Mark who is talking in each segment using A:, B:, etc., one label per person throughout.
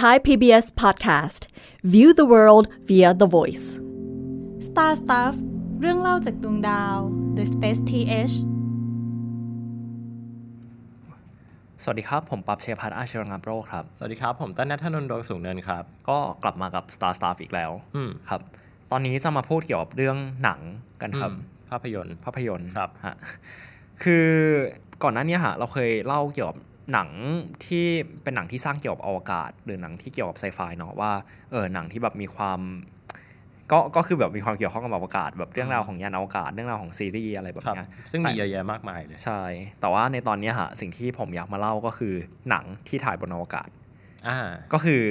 A: Thai PBS Podcast View the world via the voice
B: Star Stuff เรื่องเล่าจากดวงดาว The Space TH
C: สวัสดีครับ ผมปั๊บเชยพัฒน์อาชีวงามโรคครับ
D: สวัสดีครับ ผมต้นนัทนนท์ดวงสูงเนินครับ
C: ก็กลับมากับ Star Stuff อีกแล้ว
D: อืม
C: ครับ ตอนนี้จะมาพูดเกี่ยวกับเรื่องหนังกันครับ
D: อืมภาพยนตร์
C: ภาพยนตร์
D: ครับ
C: ฮะคือก่อนหน้านี้ฮะเราเคยเล่าเกี่ยวกับหนังที่เป็นหนังที่สร้างเกี่ยวกับอวกาศ หรือหนังที่เกี่ยวกับไซไฟเนาะว่าเออหนังที่แบบมีความก็ก็คือแบบมีความเกี่ยวข้องกับอวกาศ แบบเรื่องราวของยานอวกาศ เรื่องราวของซีรีส์อะไรแบบ
D: ครับ
C: เนี้ย
D: ซึ่งมีเยอะแยะมากมายเลย
C: ใช่ แต่ว่าในตอนเนี้ยฮะสิ่งที่ผมอยากมาเล่าก็คือหนังที่ถ่ายบนอวกาศ
D: อ่า
C: ก็คือ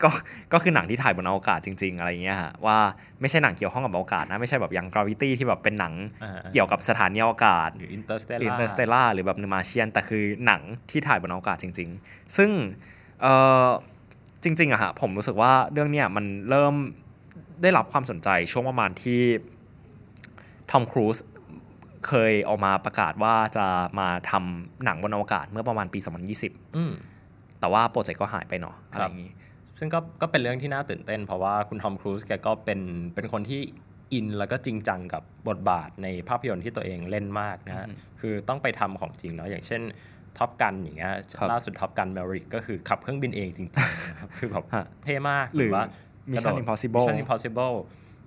C: ก็ก็คือหนังที่ถ่ายบนอวกาศจริง ๆ อะไรเงี้ยฮะว่าไม่ใช่หนังเกี่ยวข้องกับอวกาศนะไม่ใช่แบบอย่าง gravity ที่แบบเป็นหนัง
D: อ่าๆ
C: เกี่ยวกับสถานีอวกาศ
D: หรืออินเตอร์สเตล
C: หรือ
D: ล่า
C: interstellar หรือแบบนมาเชียนแต่คือหนังที่ถ่ายบนอวกาศจริง ๆ ซึ่งเออจริงๆอะฮะผมรู้สึกว่าเรื่องเนี้ยมันเริ่มได้รับความสนใจช่วงประมาณที่ทอมครูซเคยออกมาประกาศว่าจะมาทำหนังบนอวกาศเมื่อประมาณปี 2020
D: อืม
C: แต่ว่าโปรเจกต์ก็หายไปเนาะอะไร
D: ครั
C: อบ ย่างงี้
D: ซึ่งก็ก็เป็นเรื่องที่น่าตื่นเต้น เพราะว่าคุณทอมครูซแกก็เป็นเป็นคนที่อินแล้วก็จริงจังกับบทบาทในภาพยนตร์ที่ตัวเองเล่นมากนะฮะ
C: อืม
D: คือต้องไปทำของจริงเนาะอย่างเช่นท็อปกันอย่างเงี้ย
C: ครับ
D: ล่าสุดท็อปกันแมริกก็คือขับเครื่องบินเองจริงๆนะครับ คือแบบ
C: ฮะ
D: เท่มาก
C: หรือ
D: ว่า
C: Mission
D: กระโดด
C: Impossible
D: Mission Impossible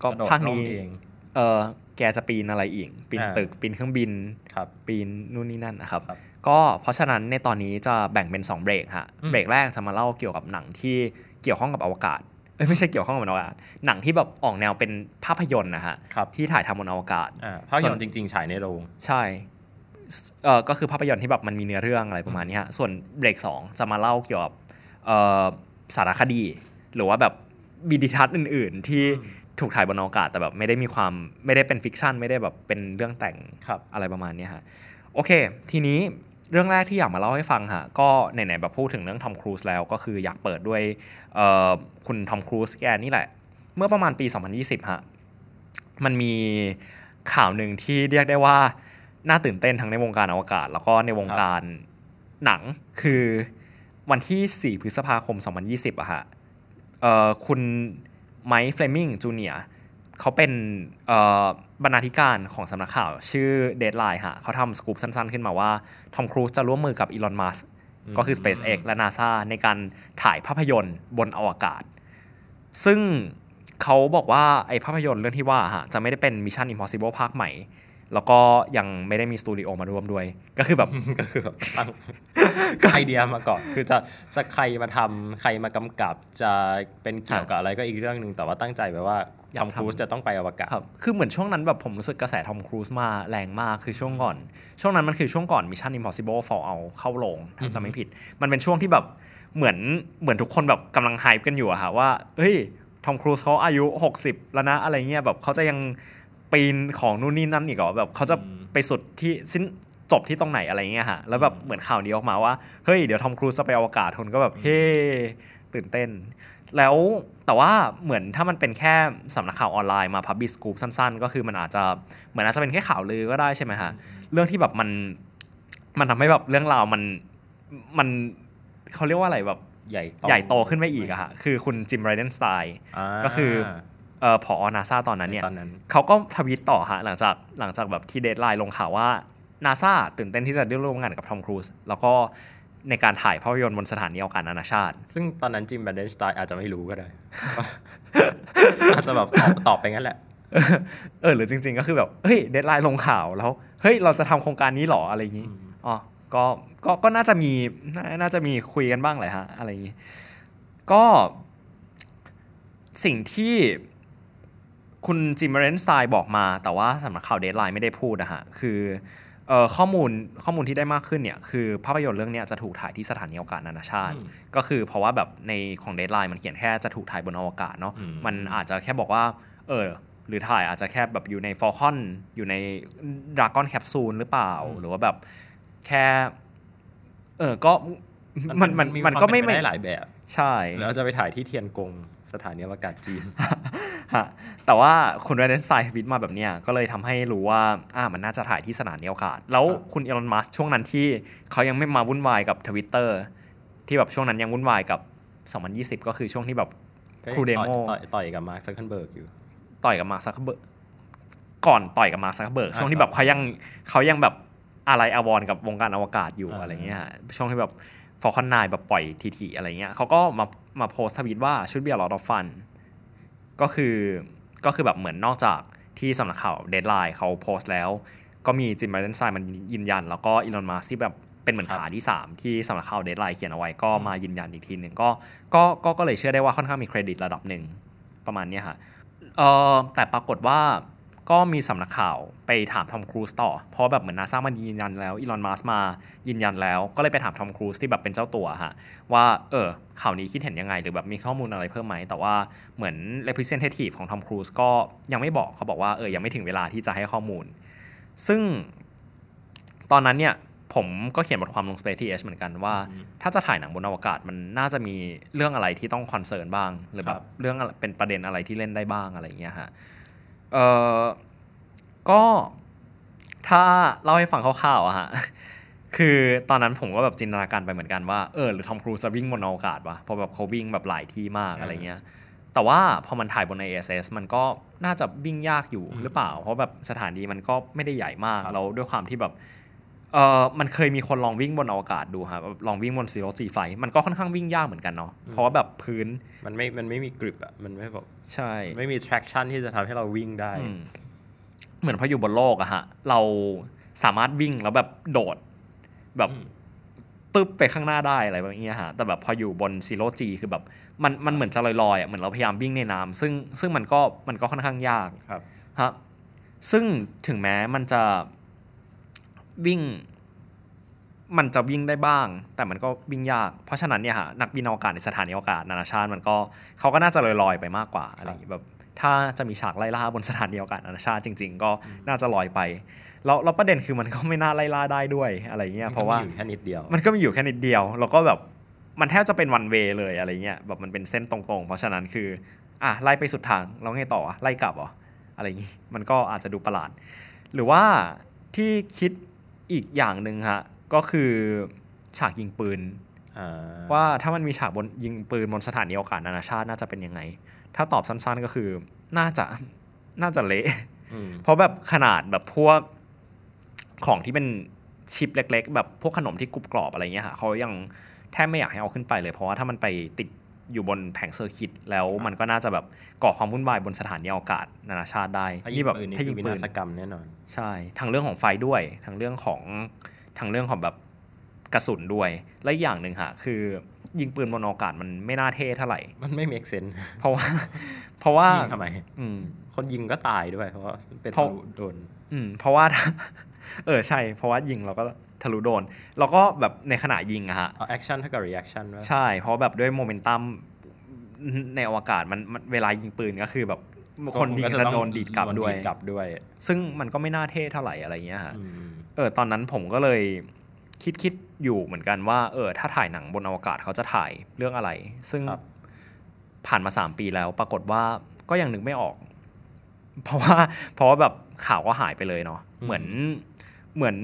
C: ก็
D: ระโดด
C: ภาคนี้
D: ร่มเอง
C: เออแกจะปีนอะไรอีก ปีนตึก ปีนเครื่องบิน
D: ครับ
C: ปีนนู่นนี่นั่นนะครับ
D: ครับ
C: ก็เพราะฉะนั้นในตอนนี้จะแบ่งเป็น 2 เบรกฮะ
D: อืม
C: เบรกแรกจะมาเล่าเกี่ยวกับหนังที่เกี่ยวข้องกับอวกาศ เอ้ยไม่ใช่เกี่ยวข้องกับอวกาศ หนังที่แบบออกแนวเป็นภาพยนตร์นะฮะ
D: ครับ
C: ที่ถ่ายทำบนอวกาศ
D: อ่าภาพยนตร์จริง ๆ ฉายในโรง
C: ใช่สเอ่อก็คือภาพยนตร์ที่แบบมันมีเนื้อเรื่องอะไรประมาณนี้ฮะ ส่วนเบรกสองจะมาเล่าเกี่ยวกับเอ่อสารคดี หรือว่าแบบวิดิทัศน์อื่น ๆ ที่ถูกถ่ายบนอวกาศแต่แบบไม่ได้มีความไม่ได้เป็นฟิกชันไม่ได้แบบเป็นเรื่องแต่ง
D: ครับ
C: อะไรประมาณนี้ฮะ โอเค ทีนี้เรื่องแรกที่อยากมาเล่าให้ฟังฮะ ก็ไหน ๆ แบบพูดถึงเรื่องทอมครูซแล้วก็คืออยากเปิดด้วยเอ่อคุณทอมครูซแกนี่แหละ เมื่อประมาณปี 2020 ฮะ มันมีข่าวหนึ่งที่เรียกได้ว่า น่าตื่นเต้นทั้งในวงการอวกาศ แล้วก็ในวงการหนังคือวันที่ 4 พฤษภาคม 2020อะฮะเอ่อคุณไมค์เฟลมิงจูเนียเขาเป็นเอ่อบรรณาธิการของสำนักข่าวชื่อ Deadline ฮะเขาทำสกู๊ปสั้นๆ ขึ้นมาว่าทอมครูซจะร่วมมือกับอีลอนมัสก็คือ SpaceX และ NASA ในการถ่ายภาพยนตร์บนอวกาศ ซึ่งเขาบอกว่าไอภาพยนตร์เรื่องที่ว่าฮะจะไม่ได้เป็น Mission Impossible ภาคใหม่ แล้วก็ยังไม่ได้มีสตูดิโอมาร่วมด้วย ก็คือแบบ
D: ก็คือแบบ ตั้งไอเดียมาก่อน คือจะจะใครมาทำใครมากำกับจะเป็นเกี่ยวกับอะไรก็อีกเรื่องหนึ่งแต่ว่าตั้งใจไว้ว่า
C: อยา
D: ท
C: ก
D: อมครูซ
C: ทำ
D: จะต้องไปอวกาศ
C: ครับคือเหมือนช่วงนั้นแบบผมรู้สึกกระแสทอมครูซมาแรงมากคือช่วงก่อน ช่วงนั้นมันคือช่วงก่อน Mission Impossible f a l l o u t เข้าโรงถ้าจะไม่ผิด มันเป็นช่วงที่แบบเหมือนเหมือนทุกคนแบบกำลังไฮป์กันอยู่อะฮะว่าเฮ้ยทอมครูซเขาอายุ 60 แล้วนะอะไรเงี้ยแบบเขาจะยังปีนของนู่นนี่นั่นอีกเหรอแบบเขาจะไปสุดที่สิ้นจบที่ตรงไหนอะไรเงี้ยฮะแล้วแบบเหมือนข่าวดีออกมาว่าเฮ้ยเดี๋ยวทอมครูซจะไปอวกาศคนก็แบบเฮ้ตื่นเต้น แล้วแต่ว่าเหมือนถ้ามันเป็นแค่สำนักข่าวออนไลน์มาพับบิสกูปสั้นๆ ก็คือมันอาจจะเหมือนอาจจะเป็นแค่ข่าวลือก็ได้ใช่ไหมฮะ เรื่องที่แบบมันมันทำให้แบบเรื่องราวมันมันเขาเรียกว่าอะไรแบบ
D: ใหญ่โต
C: ใหญ่โตขึ้นไปอีกอะฮะคือคุณจิมไรเดนสไตน์
D: า
C: ก็คือ เอ่อผอนาซาตอนนั้นเนี่ย
D: ตอนนั้น
C: เขาก็ทวีตต่อฮะหลังจากหลังจากแบบที่เดทไลน์ลงข่าวว่านาซาตื่นเต้นที่จะได้ร่วมงานกับทอมครูซแล้วก็ในการถ่ายภาพยนตร์บนสถานีอวกาศนานาชาติ
D: ซึ่งตอนนั้นจิมแบนเดนสไตน์อาจจะไม่รู้ก็ได้ อาจจะแบบตอบตอบไปงั้นแหละ
C: เออหรือจริงๆก็คือแบบเฮ้ยเดทไลน์ลงข่าวแล้วเฮ้ยเราจะทำโครงการนี้หรออะไรอย่างนี้อ๋อก็ก็ก็น่าจะมีนาน่าจะมีคุยกันบ้างแหละฮะอะไรอย่างนี้ ก็สิ่งที่คุณจิมเรนสไตน์บอกมา แต่ว่าสำนักข่าวเดทไลน์ไม่ได้พูดนะฮะ คือเอ่อข้อมูลข้อมูลที่ได้มากขึ้นเนี่ยคือภาพยนตร์เรื่องเนี้ยจะถูกถ่ายที่สถานีอวกาศนานาชาติ
D: อืม
C: ก็คือเพราะว่าแบบในของเดทไลน์มันเขียนแค่จะถูกถ่ายบนอวกาศเนาะ
D: อืม
C: มัน อาจจะแค่บอกว่า เออ หรือถ่ายอาจจะแค่แบบอยู่ในฟอลคอนอยู่ในดราก้อนแคปซูลหรือเปล่า หรือว่าแบบแค่ เออ ก็มันมันมัน
D: ควา
C: ก็ไม่
D: เป็นป
C: ไม่
D: ได้หลายแบบ
C: ใช่
D: แล้วจะไปถ่ายที่เทียนกงสถานีอวกาศจีน
C: ฮะแต่ว่าคุณเรนสไตน์วิทมาแบบเนี้ยก็เลยทำให้รู้ว่า อ่า มันน่าจะถ่ายที่สนามอวกาศ แล้ว
D: ครับ
C: คุณอีลอนมัสช่วงนั้นที่เขายังไม่มาวุ่นวายกับทวิตเตอร์ที่แบบช่วงนั้นยังวุ่นวายกับ 2020 ก็คือช่วงที่แบบ
D: ก็ยัง
C: Crew Demo
D: ต่อยต่อยต่อยกับมาร์คซักเคนเบิร์กอยู่
C: ต่อยกับมาร์คซักเบิร์กก่อนต่อยกับมาร์คซักเบิร์ก
D: อ่า
C: ช่วงที่แบบเขายังเขายังแบบอะไรอววรกับวงการอวกาศอยู่
D: อ่า
C: อะไรเงี้ยฮะช่วงที่แบบฟอลคอนไนแบบปล่อยทีๆอะไรเงี้ยเขาก็มามาโพสต์ทวิตว่าชุดเบียร์ลอดฟันก็คือก็คือแบบเหมือนนอกจากที่สำนักข่าวเดดไลน์เขาโพสต์แล้ว ก็มีจิมบัลเลนไซน์มันยืนยัน แล้วก็อีลอนมัสที่แบบเป็นเหมือนขาที่ 3 ที่สำนักข่าวเดดไลน์เขียนเอาไว้ก็มายืนยันอีกทีหนึ่งก็ก็ก็ก็เลยเชื่อได้ว่าค่อนข้างมีเครดิตระดับหนึ่งประมาณเนี้ยฮะ เออแต่ปรากฏว่าก็มีสำนักข่าวไปถามทอมครูซต่อ เพราะแบบเหมือนนาซามันยืนยันแล้วอีลอนมัสมายืนยันแล้ว ก็เลยไปถามทอมครูซที่แบบเป็นเจ้าตัวฮะ ว่าเออข่าวนี้คิดเห็นยังไง หรือแบบมีข้อมูลอะไรเพิ่มไหม แต่ว่าเหมือน representative ของทอมครูซก็ยังไม่บอกเขาบอกว่าเออยังไม่ถึงเวลาที่จะให้ข้อมูล ซึ่งตอนนั้นเนี่ย ผมก็เขียนบทความลง Space TH เหมือนกันว่า ถ้าจะถ่ายหนังบนอวกาศมันน่าจะมีเรื่องอะไรที่ต้องคอนเซิร์นบ้าง หรือแบ
D: ครับ บ
C: เรื่องอะไรเป็นประเด็นอะไรที่เล่นได้บ้างอะไรอย่างเงี้ยฮะเออก็ถ้าเล่าให้ฟังคร่าวๆอะฮะ คือตอนนั้นผมก็แบบจินตนาการไปเหมือนกันว่าเออหรือทอมครูซจะวิ่งบนอวกาศวะเพราะแบบเขาวิ่งแบบหลายที่มากอะไรเงี้ย แต่ว่าพอมันถ่ายบน ISS มันก็น่าจะวิ่งยากอยู่หรือเปล่า เพราะแบบสถานีมันก็ไม่ได้ใหญ่มาก
D: ครับ
C: แล้วด้วยความที่แบบเออมันเคยมีคนลองวิ่งบนอวกาศดูครับแบบลองวิ่งบนซีโรจีไฟมันก็ค่อนข้างวิ่งยากเหมือนกันเนาะเพราะว่าแบบพื้น
D: มันไม่มันไม่มีกริปอะมันไม่แบบ
C: ใช่
D: ไม่มี traction ที่จะทำให้เราวิ่งได้
C: อืมเหมือนพออยู่บนโลกอะฮะ เราสามารถวิ่งแล้วแบบโดด แบบ
D: อืม
C: ตึ๊บไปข้างหน้าได้อะไรแบบเนี้ยฮะแต่แบบพออยู่บนซีโรจีคือแบบมันมันเหมือนจะลอยๆอะเหมือนเราพยายามวิ่งในน้ำซึ่งซึ่งมันก็มันก็ค่อนข้างยาก
D: ครับ
C: ฮะซึ่งถึงแม้มันจะวิ่ง มันจะวิ่งได้บ้าง แต่มันก็วิ่งยาก เพราะฉะนั้นเนี่ยฮะนักบินอวกาศในสถานีอวกาศนานาชาติมันก็เขาก็น่าจะลอยๆไปมากกว่าอะไรอย่างงี้แบบถ้าจะมีฉากไล่ล่าบนสถานีอวกาศนานาชาติจริง ๆ ก็น่าจะลอยไปแล้วแล้วประเด็นคือมันก็ไม่น่าไล่ล่าได้ด้วยอะไรเงี้ยเพราะว่า
D: มันก็มีอยู่แค่นิดเดียว
C: มันก็มีอยู่แค่นิดเดียว แล้วก็แบบมันแทบจะเป็นวันเวเลยอะไรเงี้ยแบบมันเป็นเส้นตรงๆ เพราะฉะนั้นคืออ่ะไล่ไปสุดทางแล้วไงต่อไล่กลับเหรออะไรอย่างงี้ มันก็อาจจะดูประหลาด หรือว่าที่คิดอีกอย่างหนึ่งฮะก็คือฉากยิงปืน
D: อ่า
C: ว่าถ้ามันมีฉากบนยิงปืนบนสถานีอวกาศนานาชาติน่าจะเป็นยังไง ถ้าตอบสั้นๆก็คือน่าจะ น่าจะเละ
D: อืม
C: เพราะแบบขนาดแบบพวกของที่เป็นชิปเล็ก ๆ แบบพวกขนมที่กรุบกรอบอะไรเงี้ยค่ะเขายังแทบไม่อยากให้เอาขึ้นไปเลย เพราะว่าถ้ามันไปติดอยู่บนแผงเซอร์กิตแล้วมันก็น่าจะแบบก่อความวุ่นวายบนสถานีอวกาศนานาชาติได้
D: ถ้ายิง
C: แบบ
D: ปืนนี่
C: ถ้า
D: คื
C: ยิ
D: อง วิ
C: ปื
D: นาน ศกรรมแน่นอน
C: ใช่ทางเรื่องของไฟด้วยทางเรื่องของทางเรื่องของแบบกระสุนด้วย และอีกอย่างหนึ่งค่ะคือยิงปืนบนอวกาศมันไม่น่าเท่เท่าไหร่
D: มันไม่ make sense
C: เพราะว่าเพราะว่า
D: ยิงทำไม
C: อืม
D: คนยิงก็ตายด้วย เพราะว่าเป็น
C: เพราะ
D: ทะลุโดน
C: อืมเพราะว่าถ้า เออใช่ เพราะว่ายิงเราก็ทะลุโดน แล้วก็แบบในขณะยิงอะฮะ
D: เอา action เท่ากับ reaction ว่า
C: ใช่ เพราะแบบด้วยโมเมนตัมในอวกาศมันมันเวลายิงปืนก็คือแบบคนยิงจะโดนดีดกลับด้วย
D: กลับด้วย
C: ซึ่งมันก็ไม่น่าเท่เท่าไหร่อะไรเงี้ยฮะ
D: อืม
C: เออตอนนั้นผมก็เลยคิดคิดอยู่เหมือนกันว่า เออ ถ้าถ่ายหนังบนอวกาศเขาจะถ่ายเรื่องอะไร ซึ่งผ่านมา 3 ปีแล้วปรากฏว่าก็ยังนึกไม่ออก เพราะว่าเพราะว่าแบบข่าวก็หายไปเลยเนาะเหมือนเหมือน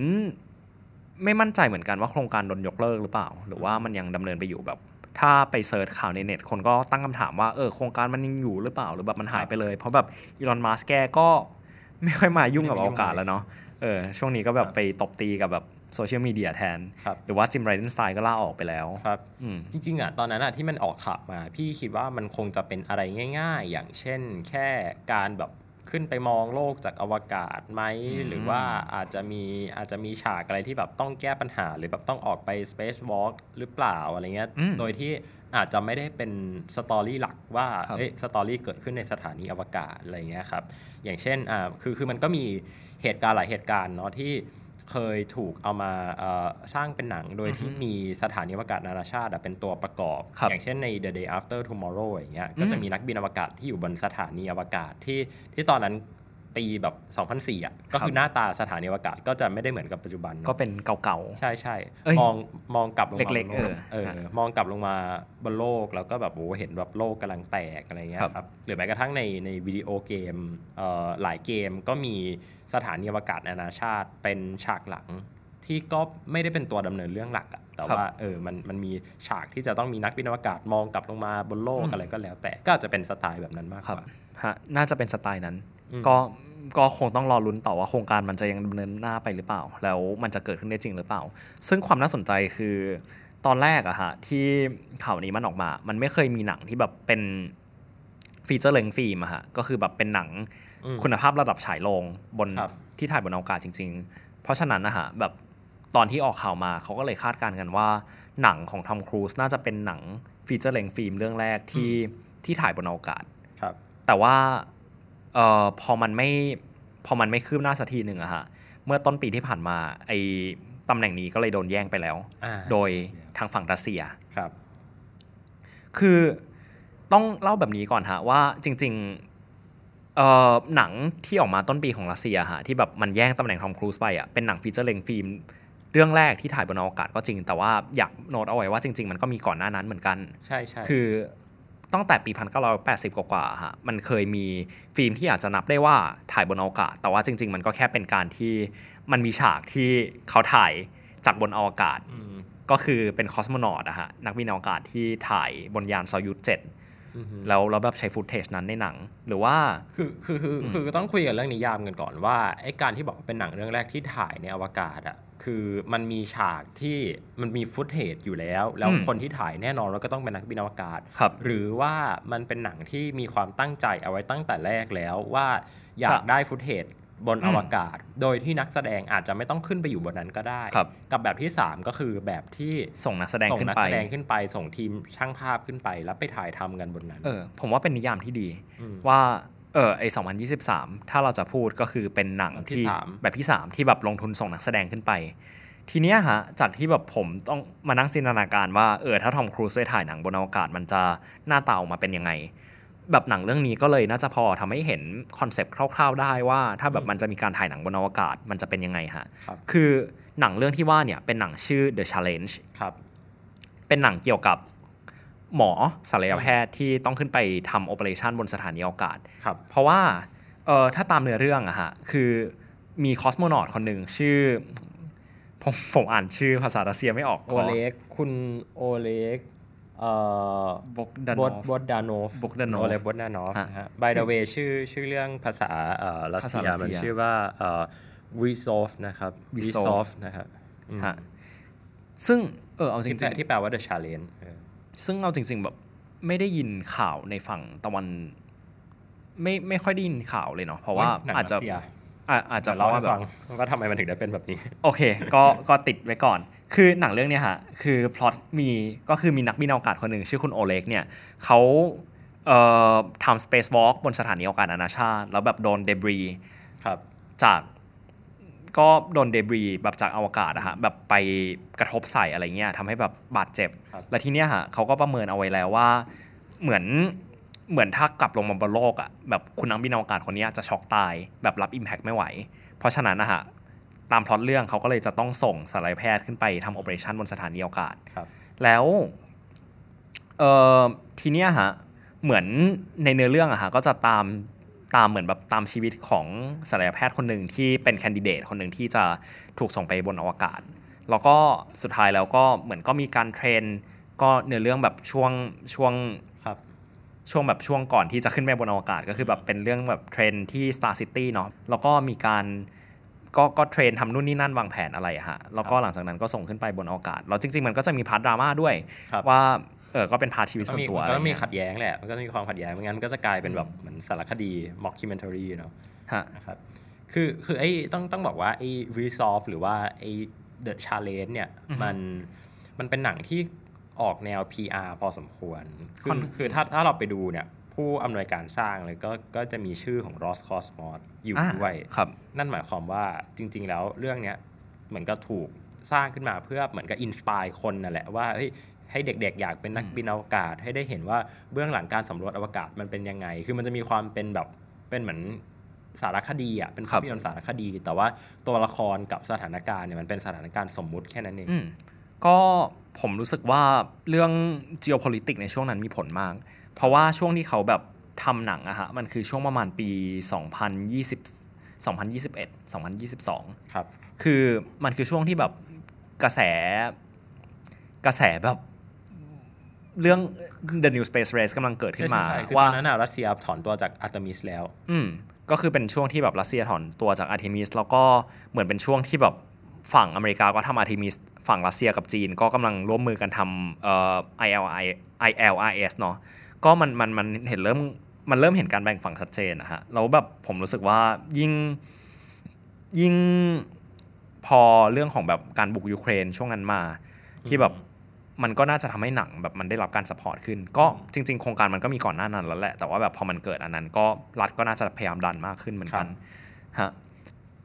C: ไม่มั่นใจเหมือนกันว่าโครงการโดนยกเลิกหรือเปล่า หรือว่ามันยังดำเนินไปอยู่แบบ ถ้าไปเสิร์ชข่าวในเน็ตคนก็ตั้งคำถามว่าเออโครงการมันยังอยู่หรือเปล่าหรือแบบมันหายไปเลย เพราะแบบอีลอนมัสก์แกก็ไม่ค่อยมายุ่งกับอวกาศแล้วเนาะเออช่วงนี้ก็แบบไปตบตีกับแบบโซเชียลมีเดียแทน
D: ครับ
C: หรือว่าจิมไรเดนสไตน์ก็ล่าออกไปแล้ว
D: ครับ
C: อืม
D: จริงๆอ่ะตอนนั้นอ่ะที่มันออกขับมา พี่คิดว่ามันคงจะเป็นอะไรง่าย ๆ อย่างเช่น แค่การแบบขึ้นไปมองโลกจากอวกาศไหม
C: อืม
D: หรือว่าอาจจะมีอาจจะมีฉากอะไรที่แบบต้องแก้ปัญหา หรือแบบต้องออกไป Space Walk หรือเปล่าอะไรเงี้ยโดยที่อาจจะไม่ได้เป็นสตอรี่หลักว่าเอ้ยสตอรี่เกิดขึ้นในสถานีอวกาศอะไรเงี้ยครับอย่างเช่นอ่าคือคือมันก็มีเหตุการณ์หลายเหตุการณ์เนาะที่เคยถูกเอามาเอ่อสร้างเป็นหนังโดยที่
C: อือฮึ
D: มีสถานีอวกาศนานาชาติอะเป็นตัวประกอบ
C: ครับ
D: อย่างเช่นใน The Day After Tomorrow อย่างเงี้ย
C: อืม
D: ก็จะมีนักบินอวกาศที่อยู่บนสถานีอวกาศที่ที่ตอนนั้นปีแบบ 2004อ่ะก็
C: ครับ
D: คือหน้าตาสถานีอวกาศก็จะไม่ได้เหมือนกับปัจจุบันอะ
C: ก็เป็นเก่า
D: ใช่ใช่
C: เอ้ย
D: มองมองกลับลงมา
C: เล็กๆเอ
D: บนโล
C: อ
D: เออมองกลับลงมาบนโลกแล้วก็แบบโอ้โหเห็นแบบโลกกำลังแตกอะไรเงี้ย
C: ครับ
D: ครับหรือแม้กระทั่งในในวิดีโอเกมเอ่อหลายเกมก็มีสถานีอวกาศนานาชาติเป็นฉากหลัง ที่ก็ไม่ได้เป็นตัวดำเนินเรื่องหลักอะแต่
C: ครับ
D: ว่าเออมันมันมีฉากที่จะต้องมีนักบินอวกาศมองกลับลงมาบนโลก
C: อืม
D: อะไรก็แล้ว แต่ก็อาจจะเป็นสไตล์แบบนั้นมาก
C: ครั
D: ก
C: บ
D: ว่า
C: ฮะน่าจะเป็นสไตล์นั้น
D: อืม
C: ก็ก็คงต้องรอลุ้นต่อว่าโครงการมันจะยังดำเนินหน้าไปหรือเปล่า แล้วมันจะเกิดขึ้นได้จริงหรือเปล่า ซึ่งความน่าสนใจคือตอนแรกอะฮะที่ข่าวนี้มันออกมา มันไม่เคยมีหนังที่แบบเป็นฟีเจอร์เลงฟิล์มอะฮะก็คือแบบเป็นหนัง
D: อืม
C: คุณภาพระดับฉายโรงบน
D: ครับ
C: ที่ถ่ายบนอวกาศจริง ๆ เพราะฉะนั้นนะฮะแบบตอนที่ออกข่าวมาเขาก็เลยคาดการณ์กันว่า หนังของทอมครูซน่าจะเป็นหนังฟีเจอร์เลงฟิล์มเรื่องแรกที่ที่ถ่ายบนอวกาศ
D: ครับ
C: แต่ว่าเอ่อพอมันไม่พอมันไม่คืบหน้าสักทีหนึ่งอะฮะเมื่อต้นปีที่ผ่านมาไอ้ตำแหน่งนี้ก็เลยโดนแย่งไปแล้ว
D: อ่า
C: โดยทางฝั่งรัสเซีย
D: ครับ
C: คือต้องเล่าแบบนี้ก่อนฮะว่าจริงๆเอ่อหนังที่ออกมาต้นปีของรัสเซียฮะที่แบบมันแย่งตำแหน่งทอมครูซไปอ่ะเป็นหนังฟีเจอร์เลงฟิล์มเรื่องแรกที่ถ่ายบนอวกาศก็จริง แต่ว่าอยากโน้ตเอาไว้ว่าจริง ๆ มันก็มีก่อนหน้านั้นเหมือนกัน
D: ใช่ใช่
C: คือตั้งแต่ปี 1980 กว่าๆฮะมันเคยมีฟิล์มที่อาจจะนับได้ว่าถ่ายบนอวกาศ แต่ว่าจริง ๆ มันก็แค่เป็นการที่มันมีฉากที่เขาถ่ายจากบนอวกาศ
D: ม
C: ก็คือเป็นคอสโมนอตอะฮะนักบินอวกาศที่ถ่ายบนยานซอยูเจ็ด
D: อือฮึ
C: แล้วเราแบบใช้ฟุตเทจนั้นในหนัง หรือว่า
D: คือคือคือ
C: อืม
D: คือต้องคุยกันเรื่องนิยามกันก่อนว่าไอ้การที่บอกว่าเป็นหนังเรื่องแรกที่ถ่ายในอวกาศอ่ะคือมันมีฉากที่มันมีฟุตเทจอยู่แล้ว แล้ว
C: อืม
D: คนที่ถ่ายแน่นอนว่าก็ต้องเป็นนักบินอวกาศ
C: ครับ
D: หรือว่ามันเป็นหนังที่มีความตั้งใจเอาไว้ตั้งแต่แรกแล้วว่าอยาก
C: จะ
D: ได้ฟุตเทจบน
C: อืม
D: อวกาศ โดยที่นักแสดงอาจจะไม่ต้องขึ้นไปอยู่บนนั้นก็ได้
C: ครับ
D: กับแบบที่สามก็คือแบบที่
C: ส่งนักแสดง
D: ส่ง
C: ขึ้น
D: นัก
C: ไป
D: แสดงขึ้นไปส่งทีมช่างภาพขึ้นไป แล้วไปถ่ายทำกันบนนั้น
C: เออผมว่าเป็นนิยามที่ดี
D: ม
C: ว่าเออไอ2023 ถ้าเราจะพูดก็คือเป็นหนัง
D: แบบที่
C: ที่
D: สาม
C: แบบที่ 3 ที่แบบลงทุนส่งนักแสดงขึ้นไป ทีเนี้ยฮะจากที่แบบผมต้องมานั่งจินตนาการว่าเออถ้าทอมครูซได้ถ่ายหนังบนอวกาศมันจะหน้าตาออกมาเป็นยังไง แบบหนังเรื่องนี้ก็เลยน่าจะพอทำให้เห็นคอนเซปต์คร่าวๆได้ว่า ถ้าแบบมันจะมีการถ่ายหนังบนอวกาศมันจะเป็นยังไงฮะ
D: ครับ
C: คือหนังเรื่องที่ว่าเนี่ยเป็นหนังชื่อ The Challenge
D: ครับ
C: เป็นหนังเกี่ยวกับหมอศัลยแพทย์ที่ต้องขึ้นไปทำโอเปอเรชันบนสถานีอวกาศ
D: ครับ
C: เพราะว่าเออถ้าตามเนื้อเรื่องอะฮะคือมีคอสโมนอตคนหนึ่งชื่อผมผมอ่านชื่อภาษารัสเซียไม่ออก
D: โอเล็กคุณโอเล็กเอ่อบ
C: กดัน
D: บดบดดานฟ
C: Bogdanov
D: โอเล็กบดดานฟ
C: ฮะ
D: นะฮะ by the way ชื่อชื่อเรื่องภาษาเอ่อรัส
C: ภาษา
D: เซีย
C: รัสเซีย
D: มันชื่อว่าเอ่อวีซอฟนะครับ
C: Wisov
D: Wisov นะครับอืม
C: ฮะซึ่งเออเอาจ
D: ที่
C: ริ
D: แปล
C: ง
D: ที่แปลว่า the challenge เออ
C: ๆซึ่งเอาจริง ๆ แบบไม่ได้ยินข่าวในฝั่งตะวัน ไม่ไม่ค่อยได้ยินข่าวเลยเนาะเพราะว่า
D: หนัง
C: อาจจะ
D: รัสเซีย
C: อ่ะอาจจะ
D: เดี๋ยวเล่า
C: พ
D: ให้
C: ระแบบ
D: ฟังว่าทำไมมันถึงได้เป็นแบบนี้
C: โอเค ก็ ก็ติดไว้ก่อน คือหนังเรื่องเนี้ยฮะ คือพล็อตมี ก็คือมีนักบินอวกาศคนหนึ่งชื่อคุณโอเล็กเนี่ย เขาเอ่อทำสเปซวอล์กบนสถานีอวกาศนานาชาติ แล้วแบบโดนเดบรี
D: ครับ
C: จาก ก็โดนเดบรีแบบจากอวกาศอะฮะ แบบไปกระทบใส่อะไรเงี้ยทำให้แบบบาดเจ็บ
D: ครับ
C: และทีเนี้ยฮะเขาก็ประเมินเอาไว้แล้วว่า เหมือน เหมือนถ้ากลับลงมาบนโลกอะแบบคุณนักบินอวกาศคนเนี้ยจะช็อกตาย แบบรับ Impact ไม่ไหว เพราะฉะนั้นนะฮะ ตามพล็อตเรื่องเขาก็เลยจะต้องส่งสารยแพทย์ขึ้นไปทำโอเปอเรชันบนสถานีอวกาศ
D: ครับ
C: แล้วเอ่อทีเนี้ยฮะ เหมือนในเนื้อเรื่องอะฮะก็จะตามตามเหมือนแบบตามชีวิตของศัลยแพทย์คนหนึ่งที่เป็นแคนดิเดตคนหนึ่งที่จะถูกส่งไปบนอวกาศ แล้วก็สุดท้ายแล้วก็เหมือนก็มีการเทรน ก็เนื้อเรื่องแบบช่วงช่วง
D: ครับ
C: ช่วงแบบช่วงก่อนที่จะขึ้นไปบนอวกาศก็คือแบบเป็นเรื่องแบบเทรนด์ที่ Star City เนาะแล้วก็มีการก็ก็เทรนทำนู่นนี่นั่นวางแผนอะไรอะฮะแล้วก็หลังจากนั้นก็ส่งขึ้นไปบนอวกาศแล้วจริง ๆ มันก็จะมีพาร์ทดราม่าด้วย
D: ครับ
C: ว่าเออก็เป็นพาร์ทชีวิต
D: ก็
C: ส่ว
D: มี
C: นตัว
D: มันก็ต้องมี
C: อะไรเงี้ย
D: ขัดแย้งแหละ มันก็ต้องมีความขัดแย้งไม่งั้นมันก็จะกลายเป็นแบบเหมือนสารคดี mockumentary เนาะ
C: ฮะ
D: นะครับ คือ คือ ไอ้ ต้อง ต้อง บอกว่า ไอ้ resolve หรือว่า ไอ้ the challenge เนี่ย
C: อือฮึ
D: มัน มันเป็นหนังที่ออกแนว PR พอสมควร คื
C: ค่
D: อ
C: อน
D: คือ ถ้า ถ้าเราไปดู เนี่ย ผู้อำนวยการสร้างเลยก็ ก็จะมีชื่อของ Ross Cosmos อยู่ด้วย
C: ครับ
D: นั่นหมายความว่าจริง ๆ แล้วเรื่องเนี้ยเหมือนกับถูกสร้างขึ้นมาเพื่อเหมือนกับอินสปายคนนั่นแหละว่าเฮ้ยให้เด็ก ๆ อยากเป็นนักบินอวกาศ ให้ได้เห็นว่าเบื้องหลังการสำรวจอวกาศมันเป็นยังไง คือมันจะมีความเป็นแบบเป็นเหมือนสารคดีอ่ะเป็น
C: ครั
D: ภา
C: บ
D: พยนตร์สารคดี แต่ว่าตัวละครกับสถานการณ์เนี่ยมันเป็นสถานการณ์สมมุติแค่นั้นเอง
C: อืมก็ผมรู้สึกว่าเรื่อง geopolitics ในช่วงนั้นมีผลมาก เพราะว่าช่วงที่เขาแบบทำหนังอะฮะมันคือช่วงประมาณปี 2020 2021 2022
D: ครับ
C: คือมันคือช่วงที่แบบกระแสกระแสแบบเรื่อง The New Space Race กำลังเกิดขึ้นมา
D: ใช่ใช่คือ
C: ว่า
D: ตอนนั้นน่ะรัสเซียถอนตัวจากอาร์ตมิสแล้ว
C: อืมก็คือเป็นช่วงที่แบบรัสเซียถอนตัวจากอาร์ e ิมิสแล้วก็เหมือนเป็นช่วงที่แบบฝั่งอเมริกาก็ทำอาร์ e ิมิสฝั่งรัสเซียกับจีนก็กำลังร่วมมือกันทำเอ่อ ILI ILRS เนาะก็มันมันมันเห็นเริ่มมันเริ่มเห็นการแบ่งฝั่งชัดเจนนะฮะแล้วแบบผมรู้สึกว่ายิ่งยิ่งพอเรื่องของแบบการบุกยูเครนช่วงนั้นมา ที่แบบมันก็น่าจะทำให้หนังแบบมันได้รับการสปอร์ตขึ้น ก็จริง ๆ โครงการมันก็มีก่อนหน้านั้นแล้วแหละ แต่ว่าแบบพอมันเกิดอันนั้นก็รัฐก็น่าจะพยายามดันมากขึ้นเหมือนกันฮะ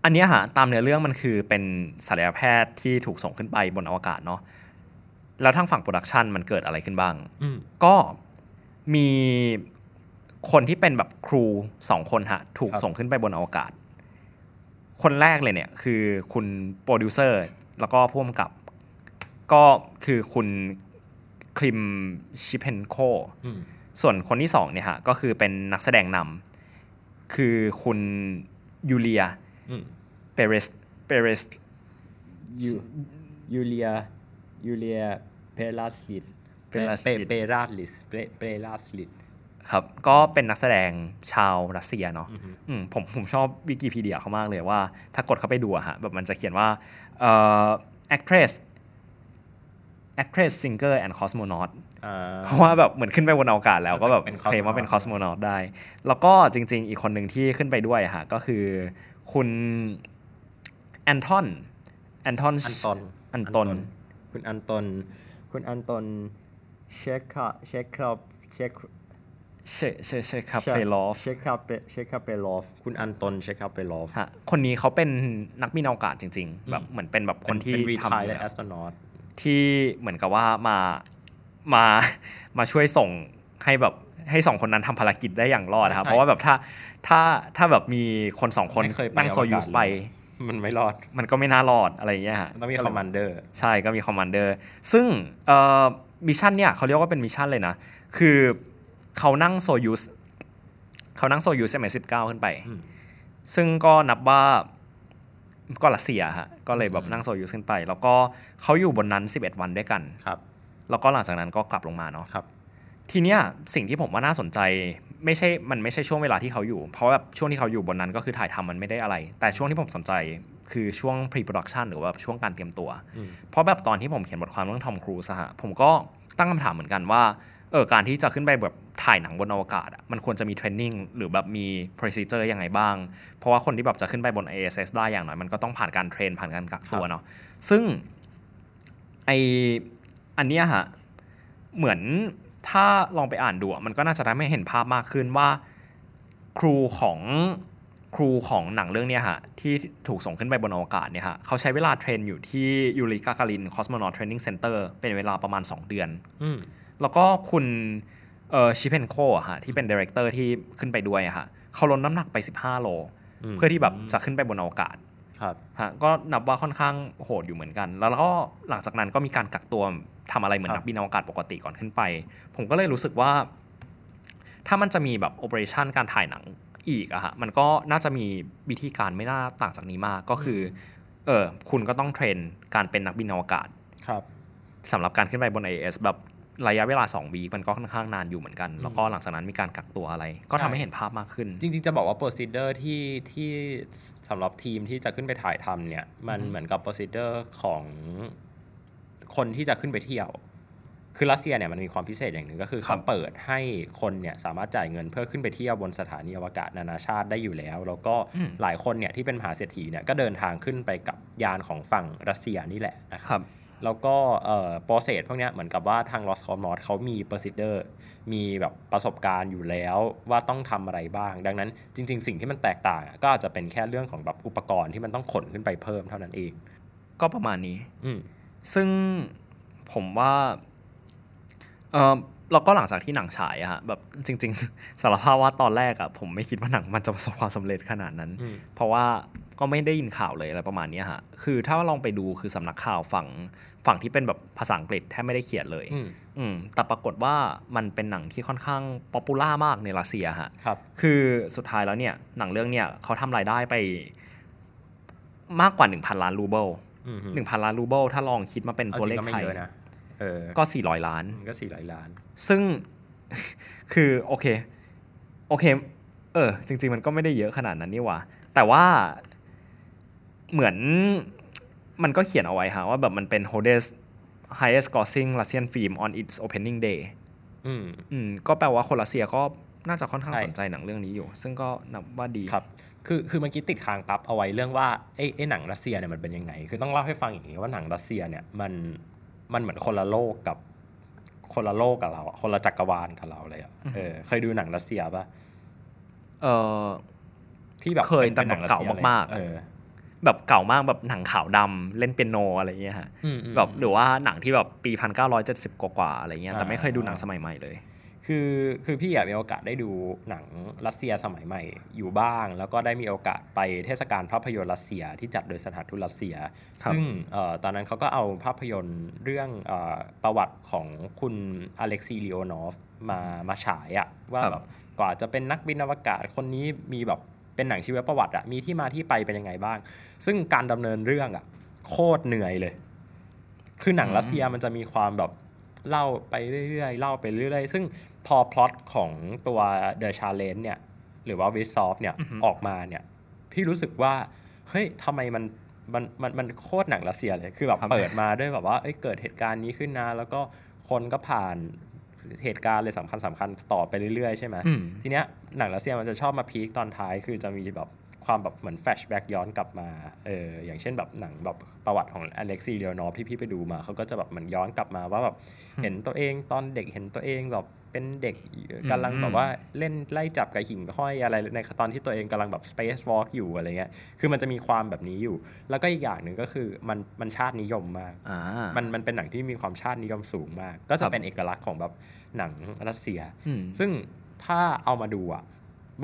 C: อันเนี้ยฮะตามเนื้อเรื่องมันคือเป็นศัลยแพทย์ที่ถูกส่งขึ้นไปบนอวกาศเนาะแล้วทางฝั่งโปรดักชันมันเกิดอะไรขึ้นบ้าง
D: อืม
C: ก็มีคนที่เป็นแบบครูสองคนฮะถูก
D: ครับ
C: ส่งขึ้นไปบนอวกาศ คนแรกเลยเนี่ยคือคุณโปรดิวเซอร์แล้วก็พ่วงกับ ก็คือคุณคลิมชิเพนโค
D: อืม
C: ส่วนคนที่สองเนี่ยฮะก็คือเป็นนักแสดงนำคือคุณยูเลีย
D: อืม
C: เปเรสเปเรส
E: ยูยูเลียยูเลียเพลาสลิด
C: เปเรส
D: เปเปราสลิสเปเปราสลิส
C: ครับก็เป็นนักแสดงชาวรัสเซียเนาะ อืมผมผมชอบวิกิพีเดียเขามากเลยว่า ถ้ากดเข้าไปดูอะฮะแบบมันจะเขียนว่าเอ่อ actress actress singer and cosmonaut
D: อ่า
C: เพราะว่าแบบเหมือนขึ้นไปบนอวกาศแล้วก็แบบ
D: เป็น cosmonaut
C: เคลมว่าเป็น cosmonaut ได้ แล้วก็จริง ๆ อีกคนหนึ่งที่ขึ้นไปด้วยอะฮะก็คือคุณแอนทอนแอนทอน
D: อันตอน
C: อันตน
E: คุณอันตน คุณอันตนเชคคาเชคครับเชค
C: เชเชเชครับเพลอฟ
E: เชคคาเปเชคคาเปลอฟ
D: คุณอันตนเชคาเปลอฟ
C: ฮะคนนี้เขาเป็นนักบินอวกาศจริง ๆ แบบเหมือนเป็นแบบคนที่
D: รี
C: ทำ
D: ทาย
C: อยู่
D: และ
C: แล้ว
D: แอสตรอนอต
C: ที่เหมือนกับว่ามามา มาช่วยส่งให้แบบให้สองคนนั้นทำภารกิจได้อย่างรอดนะครับ
D: ใช่
C: เพราะว่าแบบถ้าถ้าถ้าแบบมีคนสองคน
D: ไม่เคยไป
C: นั่งโซยูส
D: อวกาศ
C: ไป
D: เลยมันไม่รอด
C: มันก็ไม่น่ารอดอะไรอย่างเงี้ยฮะ
D: ต้องมีคอมมานเดอร์
C: ใช่ก็มีคอมมานเดอร์ซึ่งเอ่อมิชชั่นเนี่ยเขาเรียกว่าเป็นมิชชั่นเลยนะ คือเขานั่งโซยูสเขานั่งโซยูสเอ็มสิบเก้าขึ้นไป
D: อืม
C: ซึ่งก็นับว่าก็รัสเซียฮะก็เลยแบบนั่งโซยูสขึ้นไป แล้วก็เขาอยู่บนนั้น 11 วันด้วยกัน
D: ครับ
C: แล้วก็หลังจากนั้นก็กลับลงมาเนาะ
D: ครับ
C: ทีเนี้ยสิ่งที่ผมว่าน่าสนใจไม่ใช่ มันไม่ใช่ช่วงเวลาที่เขาอยู่ เพราะแบบช่วงที่เขาอยู่บนนั้นก็คือถ่ายทำมันไม่ได้อะไร แต่ช่วงที่ผมสนใจคือช่วง pre production หรือว่าช่วงการเตรียมตัว
D: อืม
C: เพราะแบบตอนที่ผมเขียนบทความเรื่องทอมครูซอะฮะผมก็ตั้งคำถามเหมือนกันว่าเออการที่จะขึ้นไปแบบถ่ายหนังบนอวกาศอะมันควรจะมีเทรนนิ่งหรือแบบมี procedure ยังไงบ้าง เพราะว่าคนที่แบบจะขึ้นไปบน ISS ได้อย่างน้อยมันก็ต้องผ่านการเทรนผ่านการกักตัวเนาะซึ่งไออันเนี้ยฮะ เหมือนถ้าลองไปอ่านดูอะมันก็น่าจะทำให้เห็นภาพมากขึ้นว่า ครูของครูของหนังเรื่องเนี้ยฮะที่ถูกส่งขึ้นไปบนอวกาศเนี่ยฮะเขาใช้เวลาเทรนอยู่ที่ยูริกากาลินคอสโมนอทเทรนนิ่งเซ็นเตอร์เป็นเวลาประมาณ 2 เดือน
D: อืม
C: แล้วก็คุณเอ่อชิเพนโคะฮะที่เป็นดีเรคเตอร์ที่ขึ้นไปด้วยอะฮะเขาลดน้ำหนักไป 15 โล
D: อืม
C: เพื่อที่แบบจะขึ้นไปบนอวกาศ
D: ครับ
C: ฮะก็นับว่าค่อนข้างโหดอยู่เหมือนกัน แล้วก็หลังจากนั้นก็มีการกักตัวทำอะไรเหมือน
D: ครั
C: นั
D: บ
C: กบินอวกาศปกติก่อนขึ้นไป ผมก็เลยรู้สึกว่า ถ้ามันจะมีแบบโอเปอเรชันการถ่ายหนังอีกอะฮะมันก็น่าจะมีวิธีการไม่น่าต่างจากนี้มากก็คือเออคุณก็ต้องเทรนการเป็นนักบินอวกาศ
D: ครับ
C: สำหรับการขึ้นไปบน IS แบบระยะเวลา2วีมันก็ค่อนข้างนานอยู่เหมือนกัน แล้วก็หลังจากนั้นมีการกักตัวอะไร ก็ทำให้เห็นภาพมากขึ้น
D: จริงๆ จะบอกว่า procedure ที่ที่สำหรับทีมที่จะขึ้นไปถ่ายทำเนี่ย มันเหมือนกับ procedure ของคนที่จะขึ้นไปเที่ยว คือรัสเซียเนี่ยมันมีความพิเศษอย่างหนึ่งก็คือ
C: ครั
D: เขา
C: บ
D: เปิดให้คนเนี่ยสามารถจ่ายเงินเพื่อขึ้นไปเที่ยวบนสถานีอวกาศนานาชาติได้อยู่แล้ว แล้วก็หลายคนเนี่ยที่เป็นมหาเศรษฐีเนี่ยก็เดินทางขึ้นไปกับยานของฝั่งรัสเซียนี่แหละนะครับ
C: ครับ
D: แล้วก็โปรเซสพวกเนี้ยเหมือนกับว่าทาง Lost Cosmos เขามี procedure มีแบบประสบการณ์อยู่แล้วว่าต้องทำอะไรบ้าง ดังนั้นจริง ๆ สิ่งที่มันแตกต่างอะก็อาจจะเป็นแค่เรื่องของแบบอุปกรณ์ที่มันต้องขนขึ้นไปเพิ่มเท่านั้นเอง
C: ก็ประมาณนี้
D: อืม
C: ซึ่งผมว่าเออแล้วก็หลังจากที่หนังฉายอะฮะแบบจริง ๆ สารภาพว่าตอนแรกอะผมไม่คิดว่าหนังมันจะประสบความสำเร็จขนาดนั้น
D: อืม
C: เพราะว่าก็ไม่ได้ยินข่าวเลยอะไรประมาณเนี้ยฮะคือถ้าลองไปดูคือสำนักข่าวฝั่งฝั่งที่เป็นแบบภาษาอังกฤษแทบไม่ได้เขียนเลย
D: อืม
C: อืมแต่ปรากฏว่ามันเป็นหนังที่ค่อนข้างป๊อปปูล่ามากในรัสเซียฮะ
D: ครับ
C: คือสุดท้ายแล้วเนี่ยหนังเรื่องเนี่ยเขาทำรายได้ไป มากกว่า 1,000 ล้านรูเบิล
D: อืม
C: 1,000 ล้านรูเบิลถ้าลองคิดมาเป็น
D: อา
C: ตัว
D: จ
C: เล
D: ริ
C: ข
D: งก็ไม่
C: ไทย
D: เยอะนะเออ
C: ก็ 400 ล้าน
D: มันก็สี่ร้อยล้าน
C: ซึ่ง คือโอเค โอเค เออ จริง ๆ มันก็ไม่ได้เยอะขนาดนั้นนี่หว่า แต่ว่าเหมือนมันก็เขียนเอาไว้ฮะว่าแบบมันเป็น hottest highest grossing Russian film on its opening day
D: อืม
C: อืมก็แปลว่าคนรัสเซียก็น่าจะค่อนข้าง
D: ใช่
C: สนใจหนังเรื่องนี้อยู่ ซึ่งก็นับว่าดี
D: ครับ คือ คือเมื่อกี้ติดค้างปั๊บเอาไว้เรื่องว่าไอ้ไอ้หนังรัสเซียเนี่ยมันเป็นยังไง คือต้องเล่าให้ฟังอย่างนี้ว่าหนังรัสเซียเนี่ยมัน มันเหมือนคนละโลกกับ คนละโลกกับเราอะคนละจักรวาลกับเราเลยอะเออ เคยดูหนังรัสเซียปะ
C: เออ
D: ที่แบบ
C: เคย
D: ป็น
C: แต่
D: ป็นหนังรัส
C: เก่า
D: ซียอะไร
C: มากๆอะ
D: เออ
C: แบบเก่ามากแบบหนังขาวดำเล่นเปียโนอะไรอย่างเงี้ยฮะ
D: อืมอืม
C: แบบหรือว่าหนังที่แบบปี 1970 กว่าๆอะไรเงี้ย แต่
D: อ่า
C: ไม่เคยดูหนังสมัยใหม่เลย
D: คือคือพี่อยากมีโอกาสได้ดูหนังรัสเซียสมัยใหม่อยู่บ้าง แล้วก็ได้มีโอกาสไปเทศกาลภาพยนตร์รัสเซียที่จัดโดยสถานทูตรัสเซีย
C: ครับ
D: ซึ่งเอ่อตอนนั้นเขาก็เอาภาพยนตร์เรื่องเออประวัติของคุณอเล็กซีลีโอนอฟมามาฉายอะว่า
C: ครับ
D: แบบกว่าจะเป็นนักบินอวกาศคนนี้มีแบบเป็นหนังชีวประวัติอะมีที่มาที่ไปเป็นยังไงบ้าง ซึ่งการดำเนินเรื่องอะโคตรเหนื่อยเลย คือหนัง
C: อืม
D: รัสเซียมันจะมีความแบบ เล่าไปเรื่อยๆ เล่าไปเรื่อยๆ ซึ่งพอพล็อตของตัว The Challenge เนี่ย หรือว่า w i s o f เนี่ย
C: อือฮึ
D: ออกมาเนี่ย พี่รู้สึกว่า เฮ้ยทำไมมันมันมันมันโคตรหนังรัสเซียเลย คือแบบ
C: ครับ
D: เปิดมาด้วยแบบว่าเอ้ยเกิดเหตุการณ์นี้ขึ้นนะ แล้วก็คนก็ผ่านเหตุการณ์เลยสำคัญสำคัญต่อไปเรื่อยๆ ใช่ไหม
C: อืม
D: ทีเนี้ยหนังรัสเซียมันจะชอบมาพีคตอนท้าย คือจะมีแบบความแบบเหมือนแฟลชแบ็กย้อนกลับมาเอออย่างเช่นแบบหนังแบบประวัติของอเล็กซีเลียนอฟที่พี่ไปดูมาเขาก็จะแบบเหมันย้อนกลับมาว่าแบบ
C: อืม
D: เห็นตัวเองตอนเด็กเห็นตัวเองแบบเป็นเด็ก
C: อืม
D: กำลังแบ
C: อื
D: บ
C: ม
D: ว่าเล่นไล่จับกับหิ่งห้อยอะไรในตอนที่ตัวเองกำลังแบบ Space Walk อยู่อะไรเงี้ยคือมันจะมีความแบบนี้อยู่ แล้วก็อีกอย่างหนึ่งก็คือมันมันชาตินิยมมาก
C: อ่า
D: มันมันเป็นหนังที่มีความชาตินิยมสูงมาก
C: ค
D: ก็
C: รั
D: จะ
C: บ
D: เป็นเอกลักษณ์ของแบบหนังรัสเซีย
C: อืม
D: ซึ่งถ้าเอามาดูอ่ะ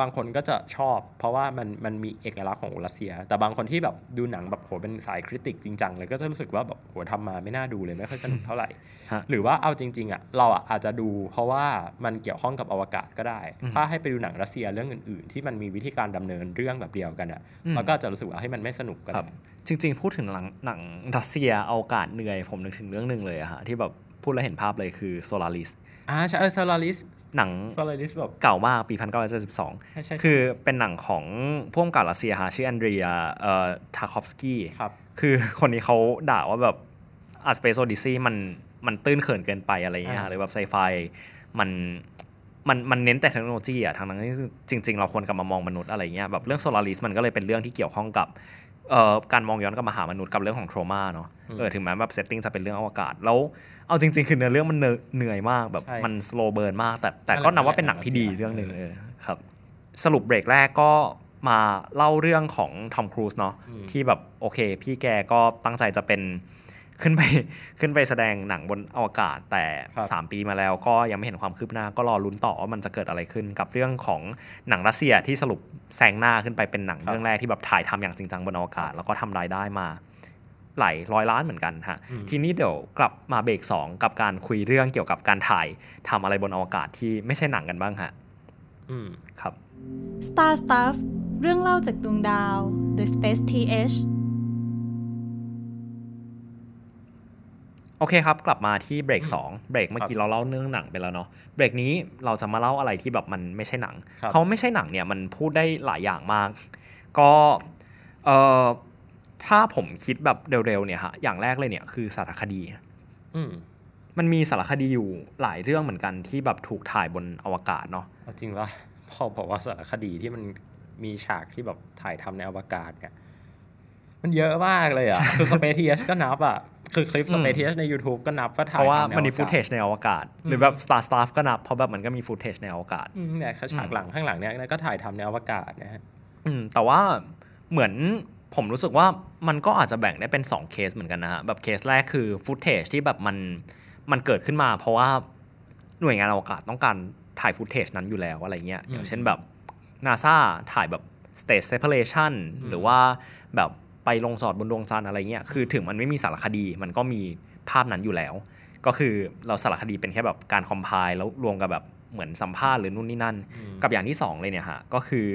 D: บางคนก็จะชอบ เพราะว่ามันมันมีเอกลักษณ์ของรัสเซีย แต่บางคนที่แบบดูหนังแบบโหเป็นสายคริติกจริงจังเลยก็จะรู้สึกว่าแบบโหทำมาไม่น่าดูเลยไม่ค่อยสนุกเท่าไห ร่
C: ฮะ
D: หรือว่าเอาจริง ๆอ่ะเราอะอาจจะดู เพราะว่ามันเกี่ยวข้องกับอวกาศก็ได้
C: อืม
D: ถ้าให้ไปดูหนังรัสเซียเรื่องอื่น ๆ ที่มันมีวิธีการดำเนินเรื่องแบบเดียวกันอ่ะ
C: อืม
D: เราก็อาจจะรู้สึกว่าให้ยมันไม่สนุกก็
C: ครั
D: ได้
C: บ จริง ๆ พูดถึงหนังหนังรัสเซียเอากาศเหนื่อย ผมนึกถึงเรื่องหนึ่งเลยอะฮะที่แบบพูดแล้วเห็นภาพเลยคือ Solaris
D: อ่าใช่เออซาลาลิส
C: หนัง
D: ซาลาลิสแบบ
C: เก่ามากปี 1972
D: ใช่ใช่
C: คือเป็นหนังของพ่วงกับรัสเซียฮะชื่อแอนเดรียเอ่อทาคอฟสกี้
D: ครับ
C: คือคนนี้เขาด่าว่าแบบอาสเปซโอดิซีมันมันตื้นเขินเกินไปอะไรอย่างเงี้ยฮะ
D: อ่า
C: หรือแบบไซไฟมันมันมันเน้นแต่เทคโนโลยีอะทางนั้นที่จริง ๆ เราควรกลับมามองมนุษย์อะไรเงี้ยแบบเรื่องโซลาริสมันก็เลยเป็นเรื่องที่เกี่ยวข้องกับเอ่อการมองย้อนกลับมาหามนุษย์กับเรื่องของโทรมาเนาะเออถึงแม้แบบเซตติ้งจะเป็นเรื่องอวกาศแล้วเอาจริง ๆ คือเนื้อเรื่องมันเหนื่อยเหนื่อยมากแบบ
D: ใช่
C: มันสโลเบิร์นมาก แต่แต่ก็นับว่าเป็นหนังที่ดี
D: นั่นแหละ
C: เรื่องหนึ่งเออครับ สรุปเบรกแรกก็มาเล่าเรื่องของทอมครูซเนาะ
D: อืม
C: ที่แบบโอเค พี่แกก็ตั้งใจจะเป็น ขึ้นไป ขึ้นไปแสดงหนังบนอวกาศแต่
D: ครับ
C: 3 ปีมาแล้วก็ยังไม่เห็นความคืบหน้าก็รอลุ้นต่อว่ามันจะเกิดอะไรขึ้นกับเรื่องของหนังรัสเซียที่สรุปแซงหน้าขึ้นไปเป็นหนังเรื่องแรกที่แบบถ่ายทำอย่างจริงจังบนอวกาศ แล้วก็ทำรายได้มาหลายร้อยล้านเหมือนกันฮะทีนี้เดี๋ยวกลับมาเบรกสองกับการคุยเรื่องเกี่ยวกับการถ่ายทำอะไรบนอวกาศที่ไม่ใช่หนังกันบ้างฮะ
D: อืม
C: ครับ
B: Star Stuff เรื่องเล่าจากดวงดาว The Space TH
C: โอเคครับ กลับมาที่เบรก2เบรกเมื่อกี้เราเล่าเรื่องหนังไปแล้วเนาะเบรกนี้เราจะมาเล่าอะไรที่แบบมันไม่ใช่หนัง
D: ครับ
C: เขาไม่ใช่หนังเนี่ยมันพูดได้หลายอย่างมาก ก็เอ่อถ้าผมคิดแบบเร็วๆเนี่ยฮะอย่างแรกเลยเนี่ยคือสารคดี
D: อืม
C: มันมีสารคดีอยู่หลายเรื่องเหมือนกันที่แบบถูกถ่ายบนอวกาศเนาะ
D: เอาจริงว่า พอบอกว่าสารคดีที่มันมีฉากที่แบบถ่ายทำในอวกาศเนี่ย มันเยอะมากเลย อ่ะ คือ Space TH ก็นับอ่ะ คือคลิป
C: อืม
D: Space TH ใน YouTube ก็นับว่าถ่าย
C: เพราะว่า
D: ทำใอวกศ
C: มันมีฟุตเทจในอวกาศ หรือแบบ Star Stuff ก็นับเพราะแบบมันก็มีฟุตเทจในอวกาศ
D: อืมเนี่ยเขาฉากหลังข้างหลังเนี่ยนะก็ถ่ายทำในอวกาศนะฮะ
C: อืมแต่ว่าเหมือนผมรู้สึกว่ามันก็อาจจะแบ่งได้เป็น 2 เคสเหมือนกันนะฮะ แบบเคสแรกคือฟุตเทจที่แบบมันมันเกิดขึ้นมา เพราะว่าหน่วยงานอวกาศต้องการถ่ายฟุตเทจนั้นอยู่แล้วอะไรเงี้ย
D: อืม
C: อย่างเช่นแบบนาซาถ่ายแบบ stage separation หรือว่าแบบไปลงสอดบนดวงจันทร์อะไรเงี้ยคือถึงมันไม่มีสารคดีมันก็มีภาพนั้นอยู่แล้ว ก็คือเราสารคดีเป็นแค่แบบการคอมไพล์แล้วรวมกับแบบเหมือนสัมภาษณ์หรือนู่นนี่นั่น
D: อืม
C: กับอย่างที่ 2 เลยเนี่ยฮะก็คือ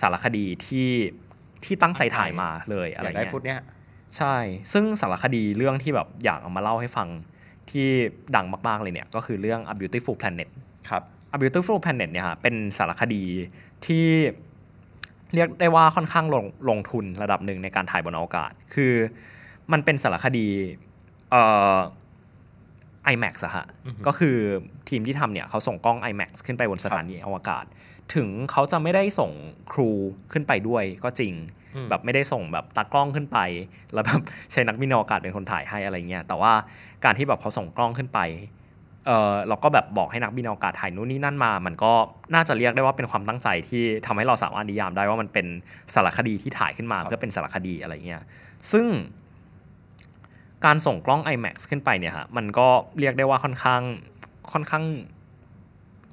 C: สารคดีที่ ที่ตั้งใจถ่ายมาเลยอะไร
D: อยากได้
C: เงี้ย
D: ฟุตเนี้ย
C: ใช่ ซึ่งสารคดีเรื่องที่แบบอยากเอามาเล่าให้ฟังที่ดังมาก ๆ เลยเนี่ย ก็คือเรื่อง A Beautiful Planet
D: ครับ
C: A Beautiful Planet เนี่ยฮะเป็นสารคดีที่เรียกได้ว่าค่อนข้างลงลงทุนระดับหนึ่งในการถ่ายบนอวกาศ คือมันเป็นสารคดีเอ่อ IMAX อะฮะ
D: อือฮึ
C: ก็คือทีมที่ทำเนี่ยเขาส่งกล้อง IMAX ขึ้นไปบนสถานีอวกาศ ถึงเขาจะไม่ได้ส่งครูขึ้นไปด้วยก็จริง
D: อืม
C: แบบไม่ได้ส่งแบบตากล้องขึ้นไป แล้วแบบ ใช้นักบินอวกาศเป็นคนถ่ายให้อะไรเงี้ยแต่ว่าการที่แบบเขาส่งกล้องขึ้นไปเออเราก็แบบบอกให้นักบินอวกาศถ่ายนู่นนี่นั่นมา มันก็น่าจะเรียกได้ว่าเป็นความตั้งใจที่ทำให้เราสามารถนิยามได้ว่ามันเป็นสารคดีที่ถ่ายขึ้นมาเพื่อเป็นสารคดีอะไรเงี้ยซึ่ง การส่งกล้อง IMAX ขึ้นไปเนี่ยฮะมันก็เรียกได้ว่าค่อนข้างค่อนข้าง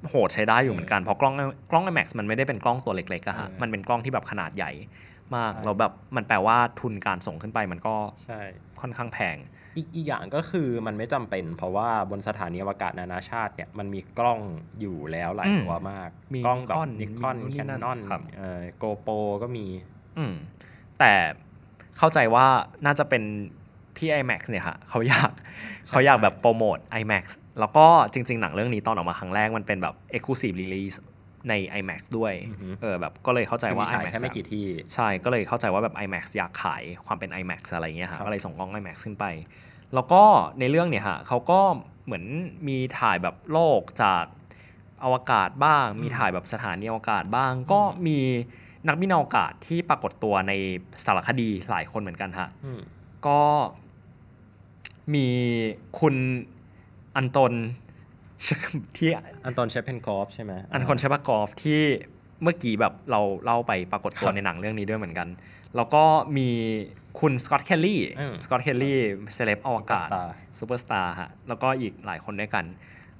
C: โหดใช้ได้อยู่เหมือนกันเพราะกล้องกล้อง IMAX มันไม่ได้เป็นกล้องตัวเล็กๆอะฮะ
D: เออ
C: มันเป็นกล้องที่แบบขนาดใหญ่ มากเราแบบมันแปลว่าทุนการส่งขึ้นไปมันก็
D: ใช่
C: ค่อนข้างแพง
D: อีกอีกอย่างก็คือมันไม่จำเป็น เพราะว่าบนสถานีอวกาศนานาชาติเนี่ยมันมีกล้องอยู่แล้วหลาย
C: อืม
D: ตัวมาก
C: มี
D: กล้องแบบ
C: Nikon
D: นิคอน
C: มีนู่นนี่
D: แคน
C: นั่น
D: นอน
C: ครับ
D: โกโปก็มี
C: อืมแต่เข้าใจว่าน่าจะเป็นพี่ IMAX เนี่ยฮะเขาอยาก เขาอยากแบบโปรโมท IMAX แล้วก็จริง ๆ หนังเรื่องนี้ตอนออกมาครั้งแรกมันเป็นแบบ Exclusive Release ใน IMAX ด้วย
D: อือฮึ
C: เออแบบก็เลยเข้าใจว่า
D: มีฉาย
C: IMAX
D: แค่ไม่กี่ที่
C: ใช่ ก็เลยเข้าใจว่าแบบ IMAX อยากขายความเป็น IMAX อะไรเงี้ยฮะ
D: ครับ
C: ก็เลยส่งกล้อง IMAX ขึ้นไป แล้วก็ในเรื่องเนี่ยฮะเขาก็เหมือนมีถ่ายแบบโลกจากอวกาศบ้าง มีถ่ายแบบสถานีอวกาศบ้าง ก็มีนักบินอวกาศที่ปรากฏตัวในสารคดีหลายคนเหมือนกันฮะ
D: อืม
C: ก็มีคุณอันตน ที่
D: อันตอนเชฟเพนคอฟใช่ไหม
C: อันคอนเชปากอฟที่เมื่อกี้แบบเราเล่าไปปรากฏตัวในหนังเรื่องนี้ด้วยเหมือนกัน แล้วก็มีคุณสกอต t คลลี่ สกอต t คลลี่เซเลบอวกาศ
D: สตร์
C: ซูเปอร์สตาร์ฮะ แล้วก็อีกหลายคนด้วยกัน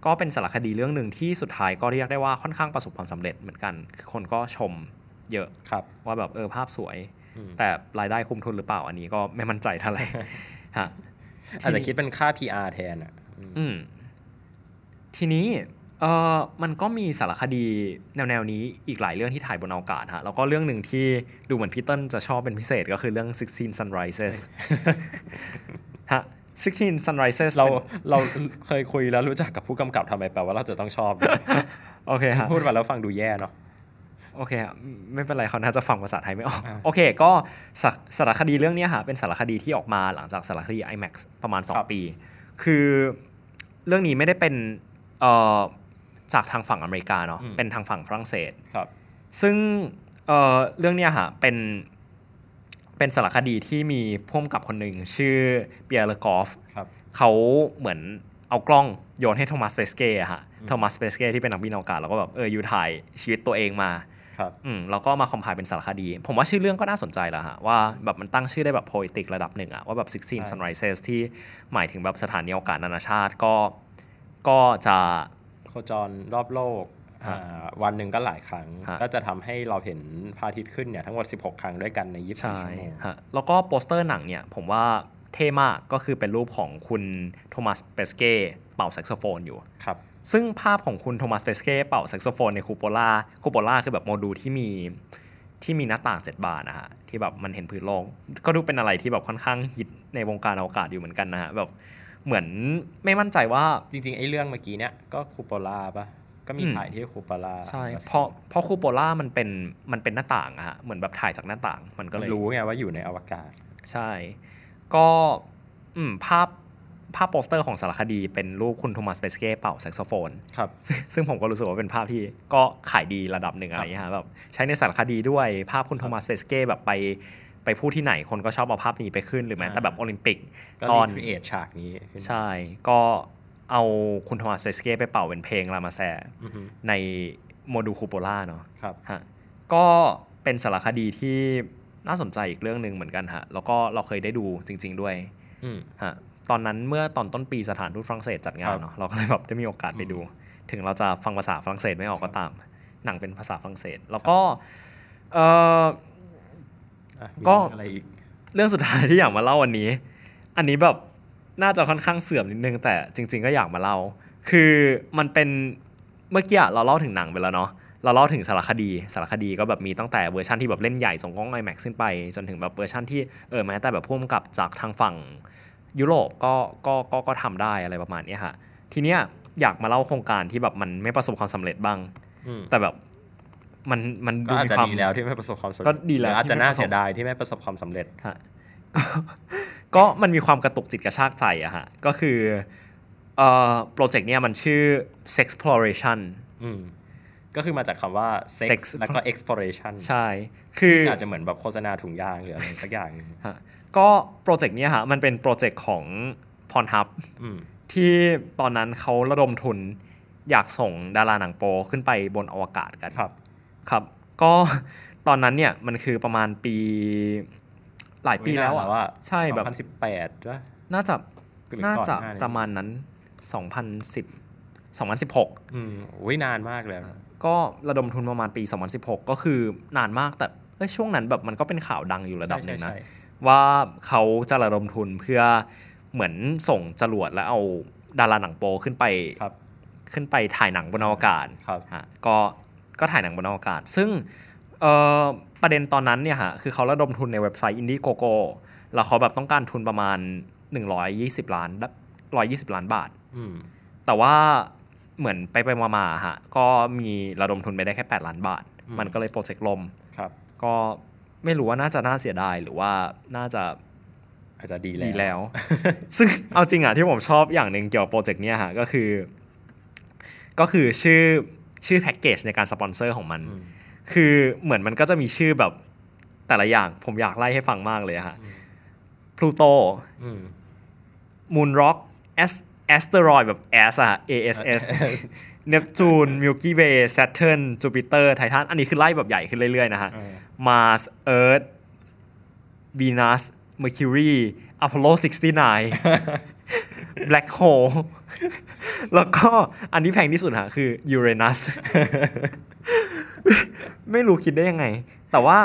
C: ก็เป็นสารคดีเรื่องหนึ่งที่สุดท้ายก็เรียกได้ว่าค่อนข้างประสบความสำเร็จเหมือนกันคือคนก็ชมเยอะ
D: ครับ
C: ว่าแบบเออภาพสวย
D: อืม
C: แต่รายได้คุ้มทุนหรือเปล่าอันนี้ก็ไม่มั่นใจเท่าไหร่ ฮะ
D: อาจจะคิดเป็นค่า PR แทนอ่ะอืม
C: อืมทีนี้เออมันก็มีสารคดีแนวๆนี้อีกหลายเรื่องที่ถ่ายบนอวกาศฮะแล้วก็เรื่องหนึ่งที่ดูเหมือนพี่เติ้ลจะชอบเป็นพิเศษก็คือเรื่อง Sixteen Sunrises ฮะ Sixteen Sunrises
D: เรา
C: ป็น
D: เราเคยคุยแล้วรู้จักกับผู้กำกับทำไมแปลว่าเราจะต้องชอบ
C: โอเคฮะ
D: พูดมาแล้วฟังดูแย่เนาะ
C: โอเคอะไม่ไม่เป็นไรเขาน่าจะฟังภาษาไทยไม่ออก
D: อ่า
C: โอเค ก็สาสารคดีเรื่องเนี้ยค่ะเป็นสารคดีที่ออกมาหลังจากสารคดี IMAX ประมาณ
D: ครับ
C: 2 ปี คือเรื่องนี้ไม่ได้เป็นเอ่อจากทางฝั่งอเมริกาเนาะเป็นทางฝั่งฝรั่งเศส
D: ครับ
C: ซึ่งเอ่อเรื่องเนี้ยฮะเป็นเป็นสารคดีที่มีพ่วมกับคนหนึ่งชื่อเปียร์เลกอฟ
D: ครับ
C: เขาเหมือนเอากล้องโยนให้โทมัสเปสเก้อะฮะโทมัสเปสเก้ที่เป็นนักบินอวกาศแล้วก็แบบเอออยู่ถ่ายชีวิตตัวเองมา
D: ครับ
C: อืมแล้วก็มาคอมไพล์เป็นสารคดี ผมว่าชื่อเรื่องก็น่าสนใจแล้วฮะ ว่าแบบมันตั้งชื่อได้แบบ poetic ระดับหนึ่งอะว่าแบบ 16 sunrises ที่หมายถึงแบบสถานีอวกาศนานาชาติก็ก็จะ
D: โคจรรอบโลก
C: ฮะ
D: อ่าวันหนึ่งก็หลายครั้ง
C: ฮะ
D: ก็จะทำให้เราเห็นพระอาทิตย์ขึ้นเนี่ยทั้งหมด 16 ครั้งด้วยกันใน 24
C: ใช่
D: ชั่วโมง
C: ฮะแล้วก็โปสเตอร์หนังเนี่ย ผมว่าเท่มากก็คือเป็นรูปของคุณโทมัสเปสเก้เป่าแซกโซโฟนอยู่
D: ครับ
C: ซึ่งภาพของคุณโทมัสเปสเก้เป่าแซกโซโฟนในคูโปล่าคูโปล่าคือแบบโมดูลที่มีที่มีหน้าต่างเจ็ดบานนะฮะ ที่แบบมันเห็นพื้นโลก ก็ดูเป็นอะไรที่แบบค่อนข้างฮิตในวงการอวกาศอยู่เหมือนกันนะฮะ แบบเหมือนไม่มั่นใจว่า
D: จริงๆ ไอ้เรื่องเมื่อกี้เนี่ยก็คูโปล่าปะก็มี
C: อืม
D: ถ่ายที่คูโปล่า
C: ใช่เพราะเพราะคูโปล่ามันเป็นมันเป็นหน้าต่างอะฮะ เหมือนแบบถ่ายจากหน้าต่างมัน
D: ก็
C: ก็เลย
D: รู้ไงว่าอยู่ในอวกาศ
C: ใช่ ก็อืมภาพภาพโปสเตอร์ของสารคดีเป็นรูปคุณโทมัสเปสเก้เป่าแซกโซโฟน
D: ครับ
C: ซึ่งซึ่งผมก็รู้สึกว่าเป็นภาพที่ก็ขายดีระดับหนึ่งอะไรอย่างเงี้ยฮะแบบใช้ในสารคดีด้วยภาพคุณโทมัสเปสเก้แบบไปไปพูดที่ไหนคนก็ชอบเอาภาพนี้ไปขึ้นหรือแม้แต่แบบโอลิมปิก
D: ก็
C: ตอน
D: รีครีเอทฉากนี้ขึ้น
C: ใช่ ก็เอาคุณโทมัสเปสเก้ไปเป่าเป็นเพลงรามาแซ
D: อือฮึ
C: ในโมดูลคูโปล่าเนาะ
D: ครับ
C: ฮะก็เป็นสารคดีที่น่าสนใจอีกเรื่องหนึ่งเหมือนกันฮะ แล้วก็เราเคยได้ดูจริง ๆด้วย
D: อืม
C: ฮะตอนนั้นเมื่อตอนต้นปีสถานทูตฝรั่งเศสจัดงา
D: คน รับ
C: เนาะเราก็เลยแบบได้มีโอกาสไปดู ถึงเราจะฟังภาษาฝรั่งเศสไม่ออกก็ตาม หนังเป็นภาษาฝรั่งเศส แล้วก็เอ่อ
D: อ่ะมี
C: ก็
D: อะไรอีก
C: เรื่องสุดท้ายที่อยากมาเล่าวันนี้ อันนี้แบบน่าจะค่อนข้างเสื่อมนิดนึง แต่จริง ๆ ก็อยากมาเล่า คือมันเป็นเมื่อกี้เราเล่าถึงหนังไปแล้วเนาะ เราเล่าถึงสารคดี สารคดีก็แบบมีตั้งแต่เวอร์ชันที่แบบเล่นใหญ่ส่งกล้อง IMAX ขึ้นไป จนถึงแบบเวอร์ชันที่เออแม้แต่แบบพ่วงกับจากทางฝั่งยุโรปก็ก็ก็ก็ทำได้อะไรประมาณเนี้ยค่ะ ทีเนี้ยอยากมาเล่าโครงการที่แบบมันไม่ประสบความสำเร็จบ้าง
D: อืม
C: แต่แบบมันมันดู
D: ก็อาจ
C: มี
D: จะ
C: ความ
D: ดีแล้วที่ไม่ประสบความสำเร็จ
C: ก็ดีแล้ว
D: หรืออาจจะน่า
C: ที่ไม่ประสบ
D: เสียดายที่ไม่ประสบความสำเร็จ
C: ฮะ ก็มันมีความกระตุกจิตกระชากใจอะฮะ ก็คือเอ่อโปรเจกต์เนี้ยมันชื่อ sexploration
D: อืมก็คือมาจากคำว่า sex
C: Sex
D: แล้วก็ exploration
C: ใช่ คือ
D: อาจจะเหมือนแบบโฆษณาถุงยางหรืออะไรสักอย่างหนึ่ง
C: ฮะก็โปรเจกต์เนี้ยฮะมันเป็นโปรเจกต์ของพรทับ
D: อืม
C: ที่ตอนนั้นเขาระดมทุนอยากส่งดาราหนังโปขึ้นไปบนอวกาศกัน
D: ครับ
C: ครับ ก็ตอนนั้นเนี่ยมันคือประมาณปีหลายปีแล้วอะ
D: ว่า
C: ใช่แบบ
D: 2018ว่า
C: น่าจะ
D: หรือก่อน
C: น่าจะ
D: หน้านี้
C: ประมาณนั้น 2010 2016
D: อืมอุ้ยนานมากแล้ว
C: ก็ระดมทุนประมาณปี 2016 ก็คือนานมากแต่เอ้ยช่วงนั้นแบบมันก็เป็นข่าวดังอยู่ระดับหนึ่งนะ
D: ใช่ใช่ใช่
C: ว่าเขาจะระดมทุนเพื่อเหมือนส่งจรวดแล้วเอาดาราหนังโปขึ้นไป
D: ครับ
C: ขึ้นไปถ่ายหนังบนอวกาศ
D: ครับ
C: ฮะก็ก็ถ่ายหนังบนอวกาศ ซึ่งเอ่อประเด็นตอนนั้นเนี่ยฮะคือเขาระดมทุนในเว็บไซต์ Indiegogo แล้วเขาแบบต้องการทุนประมาณ 120 ล้าน120 ล้านบาท
D: อืม
C: แต่ว่าเหมือนไปไปมามาๆฮะก็มีระดมทุนไปได้แค่ 8 ล้านบาท มันก็เลยโปรเจกต์ล่ม
D: ครับ
C: ก็ไม่รู้ว่าน่าจะน่าเสียดายหรือว่าน่าจะ
D: อาจจะดี
C: ดีแล้ว ซึ่งเอาจริงอะที่ผมชอบอย่างหนึ่งเกี่ยวกับโปรเจกต์เนี้ยฮะก็คือ ก็คือชื่อชื่อแพ็กเกจในการสปอนเซอร์ของมัน
D: อืม
C: คือเหมือนมันก็จะมีชื่อแบบแต่ละอย่างผมอยากไล่ให้ฟังมากเลยอะฮะพลูโต
D: อืม
C: มูนร็อกแอสแอสเตรอยแบบ S อะฮะ ASS เนปจูนมิลกี้เ a ย์แซ t เทิร์นจูปิเตอร์ไททันอันนี้คือไล่แบบใหญ่ขึ้นเรื่อย ๆ นะฮะ
D: เออ
C: Mars Earth Venus Mercury Apollo 69 Black Hole แล้วก็อันนี้แพงที่สุดฮะคือ Uranus ไม่รู้คิดได้ยังไง แต่ว่า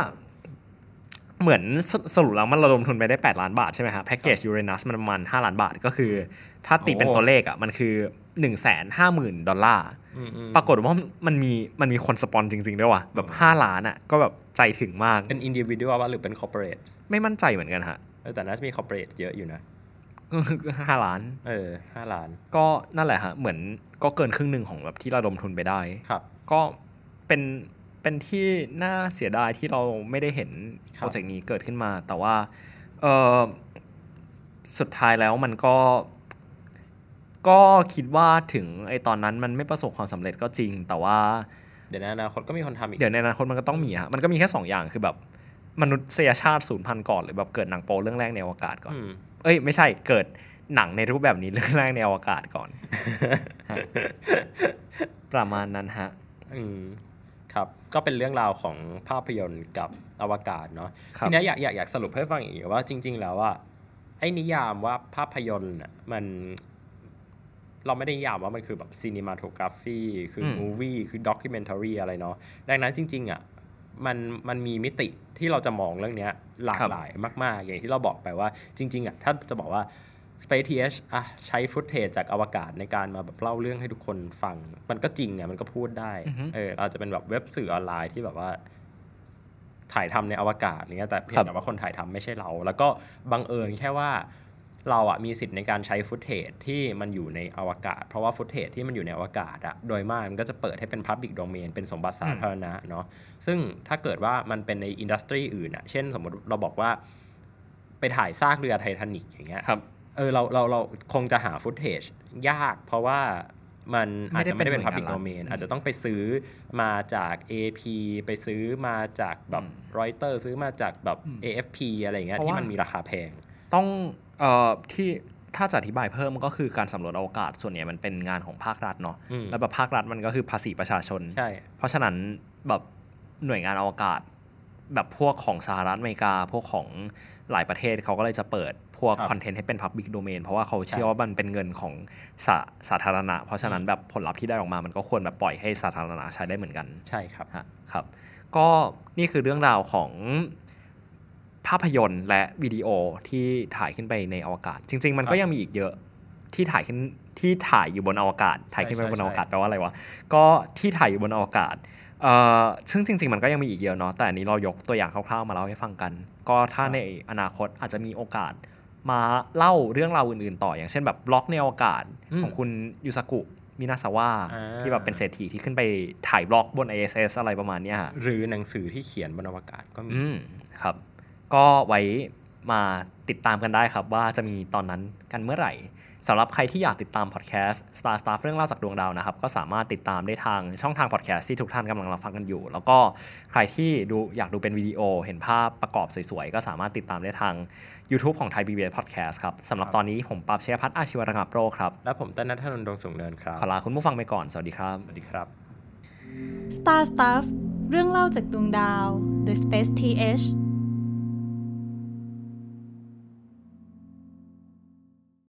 C: เหมือนสสรุปแล้วมันระดมทุนไปได้ 8 ล้านบาทใช่ไหมฮะแพ็กเกจ Uranus มันประมาณ 5 ล้านบาทก็คือ ถ้าตีเป็น
D: โอ้
C: ตัวเลขอ่ะมันคือ 1 5 0 0 0 0 ดอลลาร์
D: อืมอืม
C: ปรากฏว่ามันมีมันมีคนสปอนจริง ๆ ด้วยว่ะแบบ 5 ล้านอ่ะ ก็แบบใจถึงมาก
D: เป็นอินดิวิ d ด a l ว่าหรือเป็นคอร์เปอเรท
C: ไม่มั่นใจเหมือนกันฮะ
D: แต่น่าจะมีคอร์เปอเรทเยอะอยู่นะ
C: ห้าล้าน
D: เออห้าล้าน
C: ก็นั่นแหละฮะ เหมือนก็เกินครึ่งหนึ่งของแบบที่ระดมทุนไปได้
D: ครับ
C: ก็เป็นเป็นที่น่าเสียดายที่เราไม่ได้เห็น
D: ครับ
C: โปรเจกต์นี้เกิดขึ้นมา แต่ว่าเออสุดท้ายแล้วมันก็ ก็คิดว่าถึงไอตอนนั้นมันไม่ประสบความสำเร็จก็จริง แต่ว่า
D: เดี๋ยวในอนาคตก็มีคนทำอีก
C: เดี๋ยวในอนาคตมันก็ต้องมีฮะ มันก็มีแค่ 2 อย่างคือแบบ มนุษยชาติศูนย์พันธุ์ก่อนหรือแบบเกิดหนังโปเรื่องแรกในอวกาศก่อน
D: อืม
C: เอ้ยไม่ใช่เกิดหนังในรูปแบบนี้เรื่องแรกในอวกาศก่อนฮะ ประมาณนั้นฮะ
D: อืมครับ ก็เป็นเรื่องราวของภาพยนตร์กับอวกาศเนาะ
C: ครับ
D: ทีเนี้ยอยากอยากอยากสรุปให้ฟังอีกว่าจริง ๆ แล้วว่าไอ้นิยามว่าภาพยนตร์น่ะมัน เราไม่ได้นิยามว่ามันคือแบบซีนิมาโทกราฟีคือ
C: ม
D: มูวี่คือด็อกิเมนทารีอะไรเนาะดังนั้นจริง ๆ อ่ะ มันมันมีมิติที่เราจะมองเรื่องเนี้ยหลากหลายมาก ๆ อย่างที่เราบอกไปว่าจริง ๆ อ่ะ ถ้าจะบอกว่า Space TH อ่ะใช้ฟุตเทจจากอวกาศในการมาแบบเล่าเรื่องให้ทุกคนฟัง มันก็จริงอ่ะมันก็พูดได้
C: อือฮึ
D: เออเราจจะเป็นแบบเว็บสื่อออนไลน์ที่แบบว่า ถ่ายทำในอวกาศอะไรเงี้ยแต่เพีย
C: ครั
D: ง
C: บ
D: แต่ว่าคนถ่ายทำไม่ใช่เรา แล้วก็บังเอิญแค่ว่า เราอะมีสิทธิ์ในการใช้ฟุตเทจที่มันอยู่ในอวกาศ เพราะว่าฟุตเทจที่มันอยู่ในอวกาศอะโดยมากมันก็จะเปิดให้เป็น Public Domain เป็นสมบัติสาธารณะเนาะซึ่งถ้าเกิดว่ามันเป็นในอินดัสทรีอื่นอะเช่นสมมติเราบอกว่าไปถ่ายซากเรือไททานิกอย่างเงี้ย
C: ครับ
D: เออเราเราเราคงจะหาฟุตเทจยาก เพราะว่ามันอาจจะ
C: ไม่
D: ไม่
C: ได้
D: ได้
C: เป็ห
D: เป็น น
C: น่วย
D: Public
C: งานรัฐ
D: Domain อาจจะต้องไปซื้อมาจาก AP ไปซื้อมาจากแบบรอยเตอร์ซื้อมาจากแบบ AFP อะไรอย่างเงี้ย
C: เพราะ
D: ที่
C: ว่ามั
D: มันมีราคาแพง
C: ต้องเอ่อที่ถ้าจะอธิบายเพิ่มก็คือการสำรวจอวกาศส่วนใหญ่มันเป็นงานของภาครัฐเนาะ
D: อืม
C: แล้วแบบภาครัฐมันก็คือภาษีประชาชน
D: ใช่
C: เพราะฉะนั้นแบบหน่วยงานอวกาศ แบบพวกของสหรัฐอเมริกา พวกของหลายประเทศเขาก็เลยจะเปิดพวก
D: ครับ
C: คอนเทนต์ให้เป็น Public Domain เพราะว่าเขาเชื่
D: ใช่
C: อว่ามันเป็นเงินของสาสาธารณะ เพราะฉะนั้น
D: อืม
C: แบบผลลัพธ์ที่ได้ออกมามันก็ควรแบบปล่อยให้สาธารณะใช้ได้เหมือนกัน
D: ใช่ครับ
C: ฮะครับ ก็นี่คือเรื่องราวของภาพยนตร์และวิดีโอที่ถ่ายขึ้นไปในอวกาศ จริง ๆ มันก็
D: ครับ
C: ยังมีอีกเยอะที่ถ่ายขึ้น ที่ถ่ายอยู่บนอวกาศ ถ่ายขึ้นไป
D: ใช่
C: บนอวกาศ
D: ใช่
C: แปลว่าอะไรวะ ก็ที่ถ่ายอยู่บนอวกาศเอ่อซึ่งจริง ๆ มันก็ยังมีอีกเยอะเนาะแต่อันนี้เรายกตัวอย่างคร่าวๆมาเล่าให้ฟังกัน ก็ถ้าในอนาคตอาจจะมีโอกาส มาเล่าเรื่องราวอื่นๆ ต่ออย่างเช่นแบบบล็อกในอวกาศ
D: อืม
C: ของคุณยูสากุมินาซาวะ
D: อ่า
C: ที่แบบเป็นเศรษฐีที่ขึ้นไปถ่ายบล็อกบน ISS อะไรประมาณเนี้ยฮะ
D: หรือหนังสือที่เขียนบนอวกาศก็มี
C: อืมครับ ก็ไว้มาติดตามกันได้ครับว่าจะมีตอนนั้นกันเมื่อไหร่สำหรับใครที่อยากติดตามพอดแคสต์ Star Stuff เรื่องเล่าจากดวงดาวนะครับ ก็สามารถติดตามได้ทางช่องทางพอดแคสต์ที่ทุกท่านกำลังรับฟังกันอยู่ แล้วก็ใครที่ดูอยากดูเป็นวิดีโอเห็นภาพประกอบสวยๆ ก็สามารถติดตามได้ทาง YouTube ของ Thai PBS Podcast ครับสำหรับ
D: ครับ
C: ตอนนี้ผมปราบเชยพัฒน์อาชีวรังับโรคครับ
D: และผมเต้นนัทนนท์ดวงสูงเนินครับ
C: ขอลาคุณผู้ฟังไปก่อนสวัสดีครับ
D: สวัสดีครับ
B: Star Stuff เรื่องเล่าจากดวงดาว The Space TH